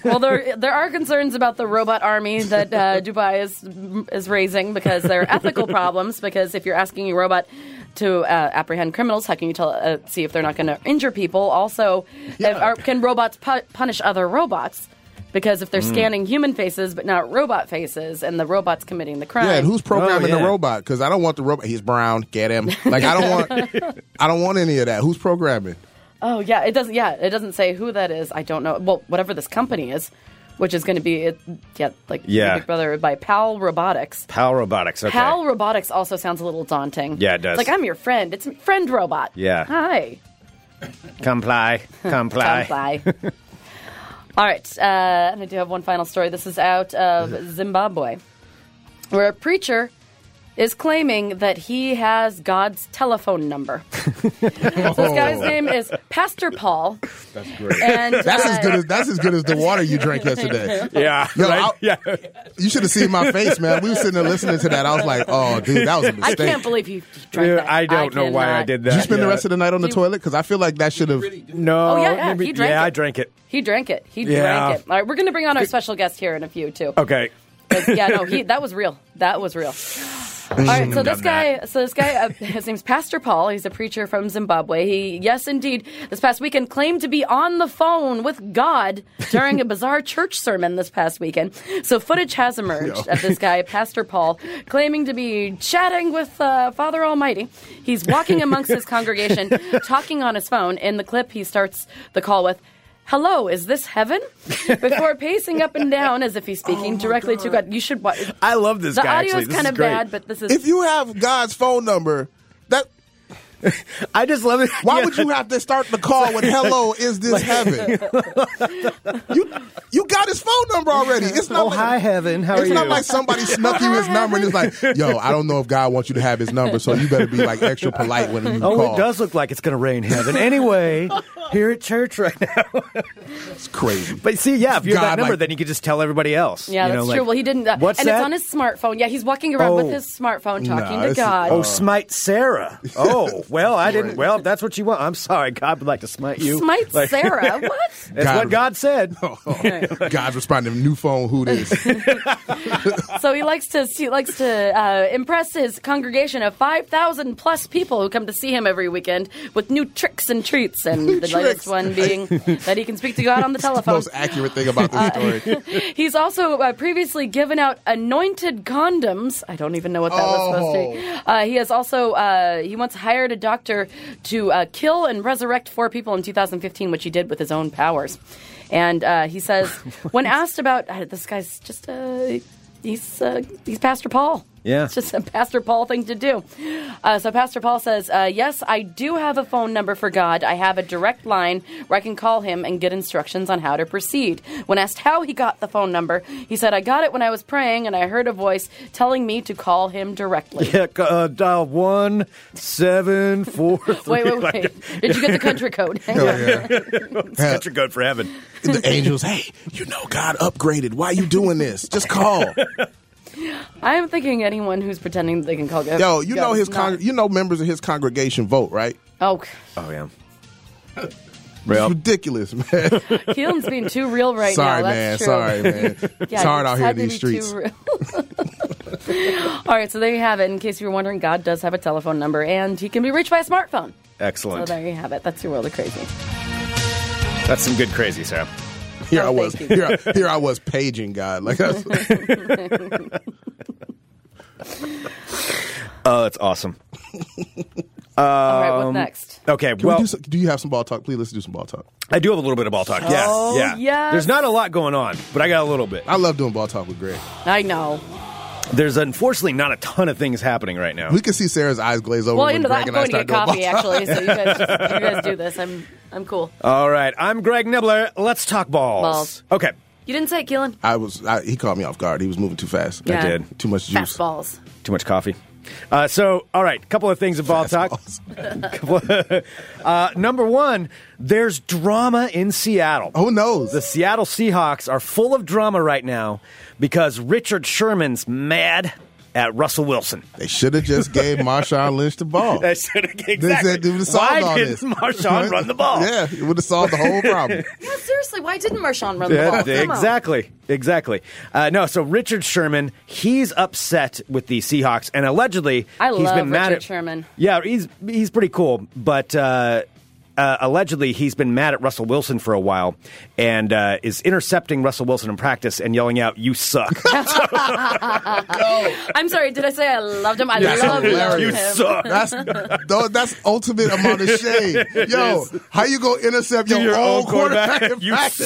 Speaker 7: well, there there are concerns about the robot army that uh, Dubai is is raising because there are ethical problems. Because if you're asking a robot to uh, apprehend criminals, how can you tell uh, see if they're not going to injure people? Also, if, are, can robots pu- punish other robots? Because if they're
Speaker 6: Hmm.
Speaker 7: scanning human faces but not robot faces, and the robot's committing the crime,
Speaker 8: Yeah, and who's programming
Speaker 6: Oh, yeah.
Speaker 8: the robot? Because I don't want the robot. He's brown. Get him. Like I don't want. I don't want any of that. Who's programming?
Speaker 7: Oh yeah, it doesn't. Yeah, it doesn't say who that is. I don't know. Well, whatever this company is, which is going to be it. Yeah, like
Speaker 6: Yeah.
Speaker 7: Big Brother by Pal Robotics.
Speaker 6: Pal robotics. Okay.
Speaker 7: Pal Robotics also sounds a little daunting.
Speaker 6: Yeah, it does.
Speaker 7: It's like I'm your friend. It's friend robot.
Speaker 6: Yeah.
Speaker 7: Hi.
Speaker 6: Comply. Comply.
Speaker 7: Comply. All right, uh, and I do have one final story. This is out of Zimbabwe, where a preacher is claiming that he has God's telephone number. This guy's name is Pastor Paul. That's great. And
Speaker 8: That's
Speaker 7: uh,
Speaker 8: as good as that's as good as the water you drank yesterday.
Speaker 6: Yeah.
Speaker 8: Yo,
Speaker 6: right?
Speaker 8: I'll-
Speaker 6: yeah.
Speaker 8: You should have seen my face, man. We were sitting there listening to that. I was like, "Oh, dude, that was a
Speaker 7: I
Speaker 8: mistake."
Speaker 7: can't believe you drank
Speaker 6: Dude,
Speaker 7: that.
Speaker 6: I don't know why I
Speaker 7: cannot.
Speaker 6: did that.
Speaker 8: Did you spend the
Speaker 6: yeah.
Speaker 8: rest of the night on the
Speaker 7: You-
Speaker 8: toilet? Because I feel like that should have.
Speaker 6: No.
Speaker 7: Oh, yeah, yeah,
Speaker 6: maybe-
Speaker 7: he drank
Speaker 6: yeah,
Speaker 7: it.
Speaker 6: I drank it.
Speaker 7: He drank it. He
Speaker 6: Yeah.
Speaker 7: drank it. All right, we're going to bring on our special guest here in a few too.
Speaker 6: Okay.
Speaker 7: But, yeah, no, he that was real. That was real. All right, so this guy, so this guy, uh, his name's Pastor Paul. He's a preacher from Zimbabwe. He, yes, indeed, this past weekend claimed to be on the phone with God during a bizarre church sermon this past weekend. So footage has emerged of this guy, Pastor Paul, claiming to be chatting with uh, Father Almighty. He's walking amongst his congregation, talking on his phone. In the clip, he starts the call with. Hello, is this heaven? Before pacing up and down as if he's speaking directly to God. You should watch.
Speaker 6: Oh I love this
Speaker 7: The
Speaker 6: guy.
Speaker 7: audio
Speaker 6: actually.
Speaker 7: is
Speaker 6: This
Speaker 7: kind of
Speaker 6: great.
Speaker 7: bad, but this is
Speaker 8: If you have God's phone number, that
Speaker 6: I just love it.
Speaker 8: why
Speaker 6: Yeah.
Speaker 8: would you have to start the call with "Hello, is this heaven"? you you got his phone number already. It's not
Speaker 6: Oh,
Speaker 8: like,
Speaker 6: hi, heaven. How are
Speaker 8: it's
Speaker 6: you?
Speaker 8: not like somebody snuck you his number and it's like, "Yo, I don't know if God wants you to have his number, so you better be like extra polite when you
Speaker 6: oh,
Speaker 8: call."
Speaker 6: it does look like it's going to rain heaven. Anyway, here at church right now.
Speaker 8: It's crazy.
Speaker 6: But see, yeah, if you have
Speaker 8: God,
Speaker 6: that number,
Speaker 8: like-
Speaker 6: then you could just tell everybody else.
Speaker 7: yeah,
Speaker 6: you
Speaker 7: that's
Speaker 6: know, like,
Speaker 7: true. Well, he didn't. Uh,
Speaker 6: what's
Speaker 7: and
Speaker 6: that?
Speaker 7: it's on his smartphone. Yeah, he's walking around
Speaker 6: Oh.
Speaker 7: with his smartphone talking
Speaker 8: Nah,
Speaker 7: to
Speaker 8: it's-
Speaker 7: God.
Speaker 6: Oh, smite Sarah. Oh, well, I didn't. Well, if that's what you want. I'm sorry. God would like to smite you.
Speaker 7: Smite
Speaker 6: Like,
Speaker 7: Sarah. what?
Speaker 6: That's
Speaker 8: God-
Speaker 6: what God said.
Speaker 8: God's responding, "New phone, who this?"
Speaker 7: So he likes to he likes to uh, impress his congregation of five thousand plus people who come to see him every weekend with new tricks and treats, and the
Speaker 8: tricks.
Speaker 7: latest one being that he can speak to God on the telephone.
Speaker 8: Most accurate thing about this story.
Speaker 7: He's also uh, previously given out anointed condoms. I don't even know what that was supposed to be. Uh, he has also uh, he once hired a doctor to uh, kill and resurrect four people in 2015, which he did with his own powers. And uh, he says, when asked about uh, this guy's just uh, he's uh, he's Pastor Paul.
Speaker 6: Yeah.
Speaker 7: It's just a Pastor Paul thing to do. Uh, so Pastor Paul says, uh, Yes, I do have a phone number for God. I have a direct line where I can call him and get instructions on how to proceed. When asked how he got the phone number, he said, I got it when I was praying and I heard a voice telling me to call him directly.
Speaker 6: Yeah, c- uh, dial one seven four.
Speaker 7: Wait, wait, wait. Did you get the country code?
Speaker 8: Oh,
Speaker 7: Hang on.
Speaker 6: That's your good for heaven.
Speaker 8: the angels, hey, you know God upgraded. Why you doing this? Just call.
Speaker 7: I am thinking anyone who's pretending that they can call God.
Speaker 8: Yo, you know
Speaker 7: God's
Speaker 8: his
Speaker 7: not-
Speaker 8: con- you know members of his congregation vote, right?
Speaker 7: Oh,
Speaker 6: Oh yeah.
Speaker 8: It's
Speaker 6: Well,
Speaker 8: ridiculous, man.
Speaker 7: Keelan's being too real right
Speaker 8: sorry,
Speaker 7: now.
Speaker 8: man.
Speaker 7: That's true.
Speaker 8: Sorry, man. it's
Speaker 7: you
Speaker 8: hard out
Speaker 7: just
Speaker 8: here in
Speaker 7: had to
Speaker 8: these
Speaker 7: be
Speaker 8: streets.
Speaker 7: too real. All right, so there you have it. In case you were wondering, God does have a telephone number, and he can be reached by a smartphone. So
Speaker 6: excellent.
Speaker 7: there you have it. That's your world of crazy.
Speaker 6: That's some good crazy, Sarah.
Speaker 8: Here I
Speaker 7: Oh,
Speaker 8: was.
Speaker 7: thank you.
Speaker 8: Here, I- here I was paging God. Like I was,
Speaker 6: Oh, that's awesome.
Speaker 7: All right,
Speaker 8: Um,
Speaker 7: what's next?
Speaker 6: Okay,
Speaker 8: well,
Speaker 6: well,
Speaker 8: do, some- do you have some ball talk? Please, let's do some ball talk.
Speaker 6: I do have a little bit of ball talk. Yeah,
Speaker 7: Oh,
Speaker 6: yeah.
Speaker 7: yes.
Speaker 6: There's not a lot going on, but I got a little bit.
Speaker 8: I love doing ball talk with Greg.
Speaker 7: I know.
Speaker 6: There's unfortunately not a ton of things happening right now.
Speaker 8: We can see Sarah's eyes glaze over
Speaker 7: Well,
Speaker 8: when
Speaker 7: you know that
Speaker 8: Greg
Speaker 7: I'm
Speaker 8: and I
Speaker 7: going
Speaker 8: start
Speaker 7: to get
Speaker 8: doing ball
Speaker 7: coffee
Speaker 8: talk.
Speaker 7: actually. So you guys, just, you guys do this. I'm I'm cool.
Speaker 8: Uh,
Speaker 6: All right, I'm Greg Nibbler. Let's talk balls.
Speaker 7: Balls.
Speaker 6: Okay,
Speaker 7: You didn't say it, Keelan.
Speaker 8: I was. I, he caught me off guard. He was moving too fast.
Speaker 7: Yeah.
Speaker 6: did.
Speaker 8: Too much juice.
Speaker 7: Fastballs.
Speaker 6: too much coffee. Uh, so, all right, couple of things of ball talk. uh, number one, there's drama in Seattle.
Speaker 8: Who knows?
Speaker 6: The Seattle Seahawks are full of drama right now because Richard Sherman's mad at Russell Wilson.
Speaker 8: they should have just gave Marshawn Lynch the ball.
Speaker 6: That should have
Speaker 8: They
Speaker 6: exactly.
Speaker 8: said they would have solved
Speaker 6: Why
Speaker 8: all
Speaker 6: didn't
Speaker 8: this.
Speaker 6: Marshawn run the ball?
Speaker 8: Yeah, it would have solved the whole problem.
Speaker 7: No, seriously, why didn't Marshawn run
Speaker 6: Yeah,
Speaker 7: the ball? Come on.
Speaker 6: exactly, exactly. Uh, no, so Richard Sherman, he's upset with the Seahawks, and allegedly
Speaker 7: I
Speaker 6: he's
Speaker 7: love
Speaker 6: been mad
Speaker 7: Richard
Speaker 6: at
Speaker 7: Sherman.
Speaker 6: Yeah, he's he's pretty cool, but uh, uh, allegedly he's been mad at Russell Wilson for a while, and uh, is intercepting Russell Wilson in practice and yelling out, "You suck!
Speaker 7: I'm sorry. Did I say I loved him? I love
Speaker 6: you
Speaker 7: him.
Speaker 8: hilarious.
Speaker 6: suck!"
Speaker 8: That's tho- that's ultimate amount of shade. Yo, how you gonna intercept your,
Speaker 6: Your
Speaker 8: own
Speaker 6: old
Speaker 8: quarterback?
Speaker 6: quarterback.
Speaker 8: in
Speaker 6: You
Speaker 8: practice?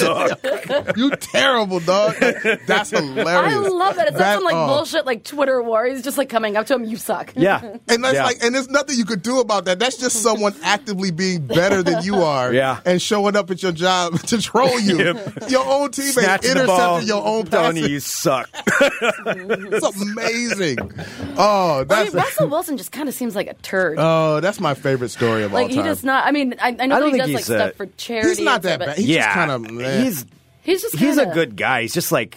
Speaker 6: suck.
Speaker 8: you terrible dog. That's hilarious.
Speaker 7: I love that. It's not
Speaker 8: That-
Speaker 7: some like
Speaker 8: oh.
Speaker 7: bullshit like Twitter war. He's just like coming up to him. You suck.
Speaker 6: Yeah,
Speaker 8: And that's
Speaker 6: Yeah.
Speaker 8: like, and there's nothing you could do about that. That's just someone actively being better better than you are
Speaker 6: Yeah.
Speaker 8: and showing up at your job to troll you.
Speaker 6: Yep.
Speaker 8: Your own teammate
Speaker 6: Snatching the ball,
Speaker 8: intercepting your own
Speaker 6: telling you
Speaker 8: passes.
Speaker 6: you suck.
Speaker 8: It's amazing. Oh,
Speaker 7: I mean,
Speaker 8: that's
Speaker 7: Russell Wilson just kind of seems like a turd.
Speaker 8: oh, that's my favorite story of
Speaker 7: like
Speaker 8: all
Speaker 7: he
Speaker 8: time.
Speaker 7: does not. I mean, I, I know that
Speaker 6: I don't
Speaker 7: he
Speaker 6: think
Speaker 7: does like
Speaker 6: he's, uh,
Speaker 7: stuff for charity.
Speaker 8: he's
Speaker 7: and
Speaker 8: not
Speaker 7: stuff,
Speaker 8: that bad.
Speaker 7: but
Speaker 8: He's
Speaker 6: yeah,
Speaker 8: just kind of meh.
Speaker 6: he's
Speaker 7: He's just
Speaker 6: he's a
Speaker 7: kinda-
Speaker 6: good guy. He's just like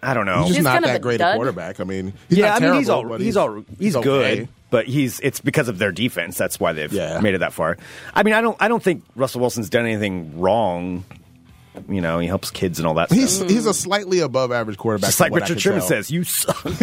Speaker 6: I don't know.
Speaker 8: He's just
Speaker 7: He's
Speaker 8: not
Speaker 7: kind of
Speaker 8: that
Speaker 7: a
Speaker 8: great a
Speaker 7: dud.
Speaker 8: quarterback. I mean, he's
Speaker 6: Oh. yeah,
Speaker 8: not
Speaker 6: I mean
Speaker 8: terrible,
Speaker 6: he's all
Speaker 8: but
Speaker 6: he's, all he's, good,
Speaker 8: okay.
Speaker 6: but he's it's because of their defense. That's why they've
Speaker 8: Yeah.
Speaker 6: made it that far. I mean, I don't I don't think Russell Wilson's done anything wrong. You know, he helps kids and all that stuff.
Speaker 8: He's he's a slightly above average quarterback.
Speaker 6: Just
Speaker 8: from
Speaker 6: like
Speaker 8: what I
Speaker 6: Richard
Speaker 8: can
Speaker 6: Sherman
Speaker 8: tell.
Speaker 6: says, you suck.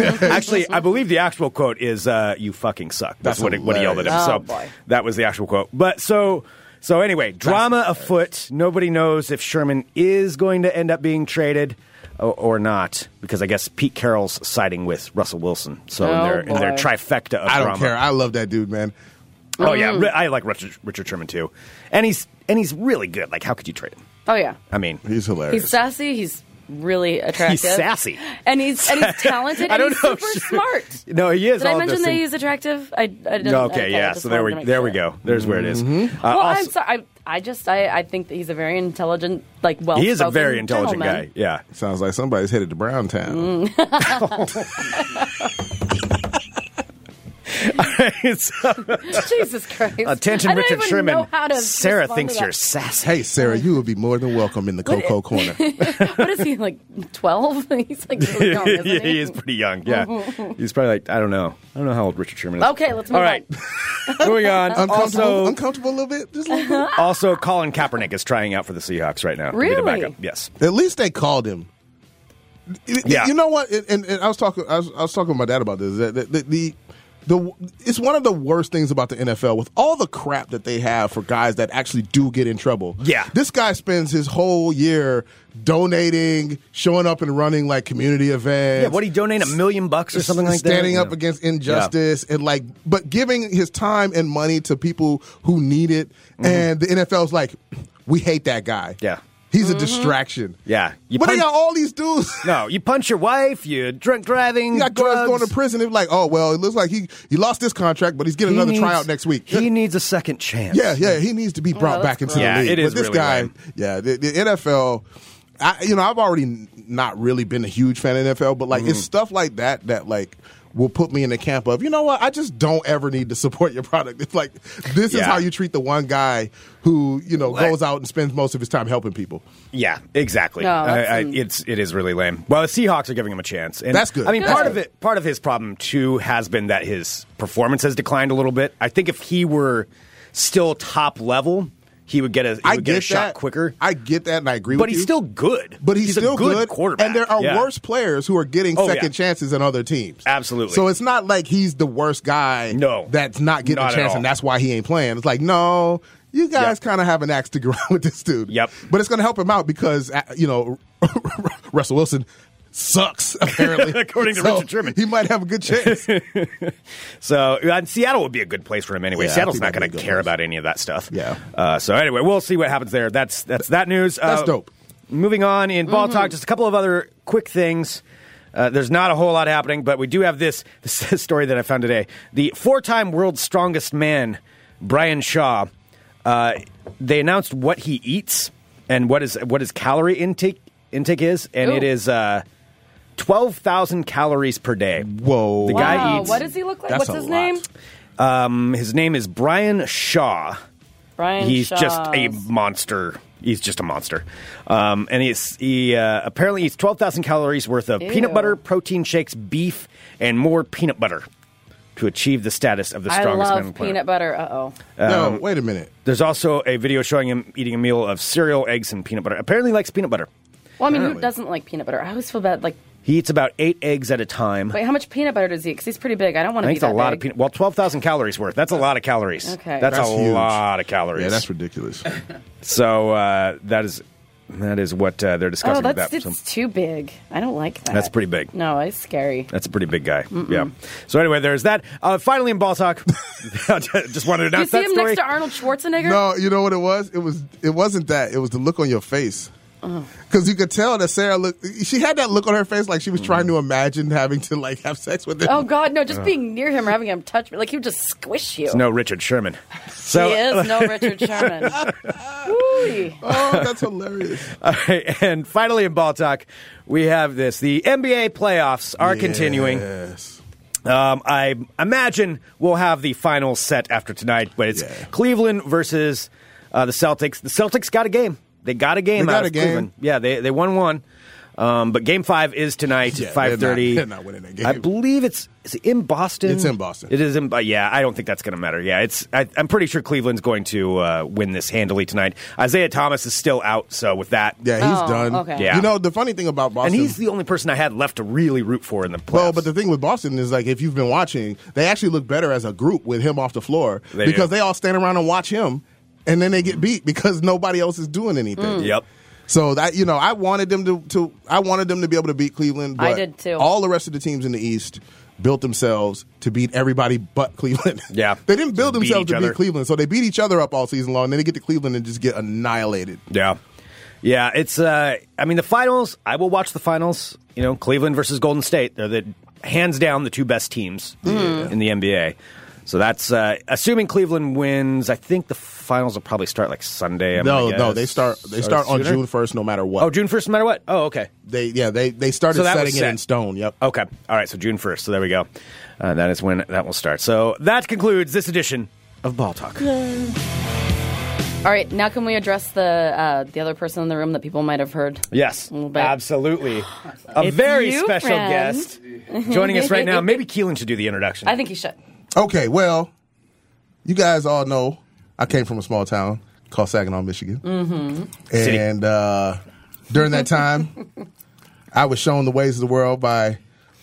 Speaker 6: Actually, I believe the actual quote is, uh, you fucking suck. That's,
Speaker 8: That's
Speaker 6: what, it, what he yelled at him.
Speaker 7: hilarious.
Speaker 6: so
Speaker 7: Oh, boy.
Speaker 6: that was the actual quote. But so, so anyway, drama afoot. Nobody knows if Sherman is going to end up being traded or, or not, because I guess Pete Carroll's siding with Russell Wilson. So in,
Speaker 7: Oh,
Speaker 6: their, in their
Speaker 7: boy.
Speaker 6: trifecta of
Speaker 8: I don't
Speaker 6: drama.
Speaker 8: care. I love that dude, man.
Speaker 6: Oh,
Speaker 7: Mm.
Speaker 6: yeah. Ri- I like Richard, Richard Sherman too. And he's, and he's really good. Like, how could you trade him?
Speaker 7: Oh yeah,
Speaker 6: I mean,
Speaker 8: He's hilarious.
Speaker 7: he's sassy. He's really attractive.
Speaker 6: he's sassy.
Speaker 7: and he's and he's talented.
Speaker 6: I
Speaker 7: and
Speaker 6: don't
Speaker 7: he's
Speaker 6: know if
Speaker 7: super
Speaker 6: she-
Speaker 7: smart.
Speaker 6: No, he is.
Speaker 7: Did I
Speaker 6: all of
Speaker 7: mention
Speaker 6: those
Speaker 7: that
Speaker 6: things.
Speaker 7: he's attractive? I, I didn't.
Speaker 6: Okay,
Speaker 7: okay, I
Speaker 6: yeah.
Speaker 7: just
Speaker 6: So there
Speaker 7: wanted
Speaker 6: we
Speaker 7: to make
Speaker 6: there we
Speaker 7: sure.
Speaker 6: go. There's where it is. Uh,
Speaker 8: Mm-hmm.
Speaker 7: Well,
Speaker 6: also-
Speaker 7: I'm sorry. I, I just I, I think that he's a very intelligent, like well.
Speaker 6: he is a very intelligent guy. Yeah.
Speaker 8: Sounds like somebody's headed to Brown Town.
Speaker 6: It's-
Speaker 7: Jesus Christ!
Speaker 6: Attention,
Speaker 7: I don't
Speaker 6: Richard
Speaker 7: even
Speaker 6: Sherman.
Speaker 7: know how to
Speaker 6: Sarah
Speaker 7: respond to
Speaker 6: thinks
Speaker 7: that.
Speaker 6: you're sassy.
Speaker 8: Hey, Sarah, you would be more than welcome in the
Speaker 7: What-
Speaker 8: Coco Corner.
Speaker 7: What is he like? Twelve? he's like really young, isn't
Speaker 6: yeah, he is pretty young. Yeah, he's probably like I don't know. I don't know how old Richard Sherman is.
Speaker 7: Okay, let's move
Speaker 6: All right, moving on.
Speaker 8: Uncomfortable,
Speaker 6: Also,
Speaker 8: uncomfortable a little bit. Just a little bit.
Speaker 6: also, Colin Kaepernick is trying out for the Seahawks right now. to be the
Speaker 7: Really?
Speaker 6: backup. Yes.
Speaker 8: At least they called him. You-
Speaker 6: Yeah.
Speaker 8: You know what? And, and, and I was talking. I was, I was talking to my dad about this. That the, the, the the it's one of the worst things about the NFL with all the crap that they have for guys that actually do get in trouble.
Speaker 6: Yeah.
Speaker 8: this guy spends his whole year donating, showing up and running like community events.
Speaker 6: Yeah. What he donate a million bucks or something like that?
Speaker 8: standing up
Speaker 6: Yeah.
Speaker 8: against injustice and like but giving his time and money to people who need it and the NFL's like we hate that guy.
Speaker 6: Mm-hmm. Yeah.
Speaker 8: He's
Speaker 6: Mm-hmm.
Speaker 8: a distraction.
Speaker 6: Yeah. You
Speaker 8: but they
Speaker 6: punch-
Speaker 8: got all these dudes
Speaker 6: No, you punch your wife. You drunk driving.
Speaker 8: you got guys going
Speaker 6: drugs.
Speaker 8: to prison. They're like, oh well, it looks like he he lost this contract, but he's getting
Speaker 6: He
Speaker 8: another
Speaker 6: needs-
Speaker 8: tryout next week.
Speaker 6: He needs a second chance.
Speaker 8: Yeah, yeah, he needs to be brought
Speaker 7: that's
Speaker 8: back into
Speaker 6: gross.
Speaker 8: the
Speaker 6: Yeah,
Speaker 8: league.
Speaker 6: it is
Speaker 8: but this
Speaker 6: really
Speaker 8: guy,
Speaker 6: lame.
Speaker 8: yeah, the, the NFL. I, you know, I've already n- not really been a huge fan of NFL, but like
Speaker 6: Mm-hmm.
Speaker 8: it's stuff like that that like will put me in the camp of you know what? I just don't ever need to support your product. It's like this is
Speaker 6: Yeah.
Speaker 8: how you treat the one guy who you know
Speaker 6: Like-
Speaker 8: goes out and spends most of his time helping people.
Speaker 6: Yeah, exactly.
Speaker 7: No,
Speaker 6: I,
Speaker 7: that's
Speaker 6: I,
Speaker 7: some-
Speaker 6: it's it is really lame. Well, the Seahawks are giving him a chance, and
Speaker 8: That's good.
Speaker 6: I mean,
Speaker 8: Good.
Speaker 6: part of it, part of his problem too has been that his performance has declined a little bit. I think if he were still top level, he would get a he
Speaker 8: I
Speaker 6: would
Speaker 8: get,
Speaker 6: get, a
Speaker 8: that
Speaker 6: shot quicker.
Speaker 8: I get that, and I agree.
Speaker 6: but
Speaker 8: with
Speaker 6: he's
Speaker 8: you.
Speaker 6: still good.
Speaker 8: But he's, still
Speaker 6: a good, quarterback,
Speaker 8: And there are
Speaker 6: Yeah.
Speaker 8: worse players who are getting
Speaker 6: Oh,
Speaker 8: second
Speaker 6: yeah.
Speaker 8: chances in other teams.
Speaker 6: Absolutely.
Speaker 8: So it's not like he's the worst guy
Speaker 6: No.
Speaker 8: that's not getting
Speaker 6: Not
Speaker 8: a
Speaker 6: at
Speaker 8: chance
Speaker 6: all.
Speaker 8: and that's why he ain't playing. It's like, no, you guys
Speaker 6: Yep.
Speaker 8: kind of have an axe to grind with this dude.
Speaker 6: Yep.
Speaker 8: But it's going to help him out because, uh, you know, Russell Wilson sucks, apparently.
Speaker 6: According to
Speaker 8: So
Speaker 6: Richard Sherman.
Speaker 8: He might have a good chance.
Speaker 6: So uh, Seattle would be a good place for him anyway.
Speaker 8: Yeah, I
Speaker 6: Seattle's
Speaker 8: think
Speaker 6: not
Speaker 8: that'd be
Speaker 6: going to
Speaker 8: a good
Speaker 6: care
Speaker 8: place.
Speaker 6: about any of that stuff.
Speaker 8: Yeah.
Speaker 6: Uh, so anyway, we'll see what happens there. That's that's that news.
Speaker 8: That's
Speaker 6: Uh,
Speaker 8: dope.
Speaker 6: Moving on in ball talk, just a couple of other quick things. Uh, there's not a whole lot happening, but we do have this, this story that I found today. The four-time world's strongest man, Brian Shaw. Uh, they announced what he eats and what is what his calorie intake intake is, and it
Speaker 7: Ooh.
Speaker 6: is uh, twelve thousand calories per day.
Speaker 8: Whoa.
Speaker 6: The guy
Speaker 7: Wow,
Speaker 6: eats-
Speaker 7: what does he look like?
Speaker 8: That's
Speaker 7: What's
Speaker 8: a
Speaker 7: his
Speaker 8: lot.
Speaker 7: name?
Speaker 6: His name is Brian Shaw.
Speaker 7: Brian.
Speaker 6: he's just a
Speaker 7: Shaw's.
Speaker 6: monster. He's just a monster. Um, and he's, he uh, apparently eats 12,000 calories worth of peanut
Speaker 7: Ew.
Speaker 6: butter, protein shakes, beef, and more peanut butter to achieve the status of the
Speaker 7: I
Speaker 6: strongest man on
Speaker 7: love
Speaker 6: the planet.
Speaker 7: peanut butter. Uh oh.
Speaker 6: Um,
Speaker 8: no, wait a minute.
Speaker 6: There's also a video showing him eating a meal of cereal, eggs, and peanut butter. Apparently he likes peanut butter.
Speaker 7: Well, I mean, who
Speaker 8: Apparently.
Speaker 7: doesn't like peanut butter? I always feel bad. Like,
Speaker 6: He eats about eight eggs at a time.
Speaker 7: wait, how much peanut butter does he eat? Because he's pretty big. I don't want
Speaker 6: I
Speaker 7: to
Speaker 6: think
Speaker 7: be
Speaker 6: it's a
Speaker 7: that
Speaker 6: lot
Speaker 7: big.
Speaker 6: of peanut. Well, twelve thousand calories worth. That's a lot of calories.
Speaker 7: Okay.
Speaker 6: that's,
Speaker 8: That's
Speaker 6: a
Speaker 8: huge.
Speaker 6: lot of calories.
Speaker 8: Yeah, that's ridiculous.
Speaker 6: So uh, that is that is what uh, they're
Speaker 7: Oh,
Speaker 6: discussing. with
Speaker 7: that's
Speaker 6: that.
Speaker 7: it's too big. I don't like that.
Speaker 6: That's pretty big.
Speaker 7: No, it's scary.
Speaker 6: That's a pretty big guy. Yeah. So anyway, there's that. Uh, finally, in ball talk, just wanted to
Speaker 7: You
Speaker 6: announce
Speaker 7: see
Speaker 6: that
Speaker 7: him
Speaker 6: story.
Speaker 7: next to Arnold Schwarzenegger?
Speaker 8: no, you know what it was? It was it wasn't that. It was the look on your face.
Speaker 6: Uh-huh.
Speaker 8: Because you could tell that Sarah looked, she had that look on her face like she
Speaker 6: Mm-hmm.
Speaker 8: was trying to imagine having to like have sex with him.
Speaker 7: Oh God, no! Just being near him or having him touch me, like he would just squish you.
Speaker 6: No Richard Sherman. So
Speaker 7: he is no Richard Sherman. Ooh.
Speaker 8: Oh, that's hilarious.
Speaker 6: All right, and finally in ball talk, we have this. The NBA playoffs are continuing.
Speaker 8: Yes.
Speaker 6: Um, I imagine we'll have the final set after tonight, but it's
Speaker 8: Yeah.
Speaker 6: Cleveland versus uh, the Celtics. The Celtics got a game. They got a game.
Speaker 8: They
Speaker 6: out
Speaker 8: got
Speaker 6: of
Speaker 8: a game.
Speaker 6: Cleveland. Yeah, they they won one. Um, but game five is tonight,
Speaker 8: Yeah, they're
Speaker 6: five thirty.
Speaker 8: not- they're not winning that game.
Speaker 6: I believe it's is it in Boston.
Speaker 8: It's in Boston.
Speaker 6: It is in. Bo- Yeah, I don't think that's going to matter. Yeah, it's. I, I'm pretty sure Cleveland's going to uh, win this handily tonight. Isaiah Thomas is still out, so with that,
Speaker 8: Yeah, he's
Speaker 7: Oh,
Speaker 8: done.
Speaker 7: okay.
Speaker 6: Yeah.
Speaker 8: You know, the funny thing about Boston.
Speaker 6: and he's the only person I had left to really root for in the playoffs.
Speaker 8: Well, but the thing with Boston is like if you've been watching, they actually look better as a group with him off the floor
Speaker 6: They
Speaker 8: because
Speaker 6: do.
Speaker 8: they all stand around and watch him, and then they get beat because nobody else is doing anything.
Speaker 6: yep.
Speaker 8: So that you know, I wanted them to, to I wanted them to be able to beat Cleveland. But
Speaker 7: I did too.
Speaker 8: All the rest of the teams in the East built themselves to beat everybody but Cleveland.
Speaker 6: Yeah.
Speaker 8: they didn't build
Speaker 6: Beat
Speaker 8: themselves
Speaker 6: each
Speaker 8: to
Speaker 6: other.
Speaker 8: beat Cleveland, so they beat each other up all season long. And then they get to Cleveland and just get annihilated.
Speaker 6: Yeah. Yeah, it's uh I mean the finals, I will watch the finals, you know, Cleveland versus Golden State. They're the hands down the two best teams in the NBA. So that's uh assuming Cleveland wins, I think the finals will probably start like Sunday. I'm
Speaker 8: No,
Speaker 6: gonna
Speaker 8: no,
Speaker 6: guess.
Speaker 8: they start they
Speaker 6: Start
Speaker 8: start on
Speaker 6: sooner?
Speaker 8: June first, no matter what.
Speaker 6: Oh, June 1st no matter what. Oh, okay.
Speaker 8: they yeah they they started
Speaker 6: So that
Speaker 8: setting
Speaker 6: was
Speaker 8: it
Speaker 6: set. Oh,
Speaker 8: in stone. Yep.
Speaker 6: Okay. All right, so June 1st. So there we go. Uh, that is when that will start. So that concludes this edition of Ball Talk.
Speaker 7: All right, now can we address the uh, the other person in the room that people might have heard?
Speaker 6: Yes,
Speaker 7: A little bit.
Speaker 6: absolutely. A very
Speaker 7: you,
Speaker 6: special
Speaker 7: friend.
Speaker 6: guest joining us right now. Maybe Keelan should do the introduction.
Speaker 7: I think he should.
Speaker 8: Okay, well, you guys all know I came from a small town called Saginaw, Michigan. Mm-hmm.
Speaker 6: City.
Speaker 8: And uh, during that time, I was shown the ways of the world by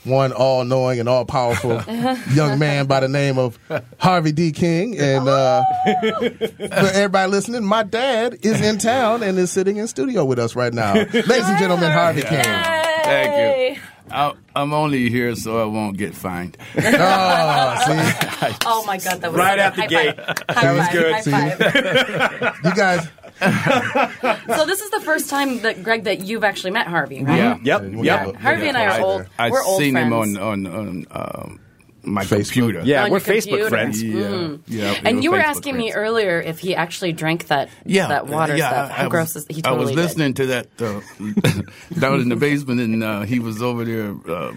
Speaker 8: one all knowing and all powerful young man by the name of Harvey D. King. And uh, for everybody listening, my dad is in town and is sitting in studio with us right now. Ladies and gentlemen, Harvey King.
Speaker 5: Thank you. I, I'm only here so I won't get fined.
Speaker 8: Oh, see?
Speaker 7: Oh my God, that was
Speaker 6: Right out the
Speaker 7: high
Speaker 6: gate.
Speaker 7: Five.
Speaker 8: was
Speaker 7: High
Speaker 8: good.
Speaker 7: five. High five.
Speaker 8: You guys.
Speaker 7: so this is the first time that Greg that you've actually met Harvey, right?
Speaker 5: Yeah.
Speaker 6: Yep.
Speaker 8: You wanna
Speaker 6: Yep.
Speaker 8: go-
Speaker 7: Harvey and I are old.
Speaker 5: I've
Speaker 7: We're old
Speaker 5: seen
Speaker 7: friends.
Speaker 5: him on on, on um, my
Speaker 8: Facebook.
Speaker 5: computer.
Speaker 6: Yeah,
Speaker 7: On
Speaker 6: we're
Speaker 7: your computer.
Speaker 6: Facebook friends.
Speaker 5: Yeah. yeah we
Speaker 7: Mm. And you were
Speaker 5: Facebook
Speaker 7: asking me
Speaker 5: friends.
Speaker 7: earlier if he actually drank that
Speaker 5: Yeah,
Speaker 7: that water
Speaker 5: yeah,
Speaker 7: stuff.
Speaker 5: I-
Speaker 7: How
Speaker 5: I
Speaker 7: gross
Speaker 5: was,
Speaker 7: is he?
Speaker 5: I
Speaker 7: Totally
Speaker 5: was
Speaker 7: did.
Speaker 5: listening to that uh, down in the basement, and uh, he was over there. Uh,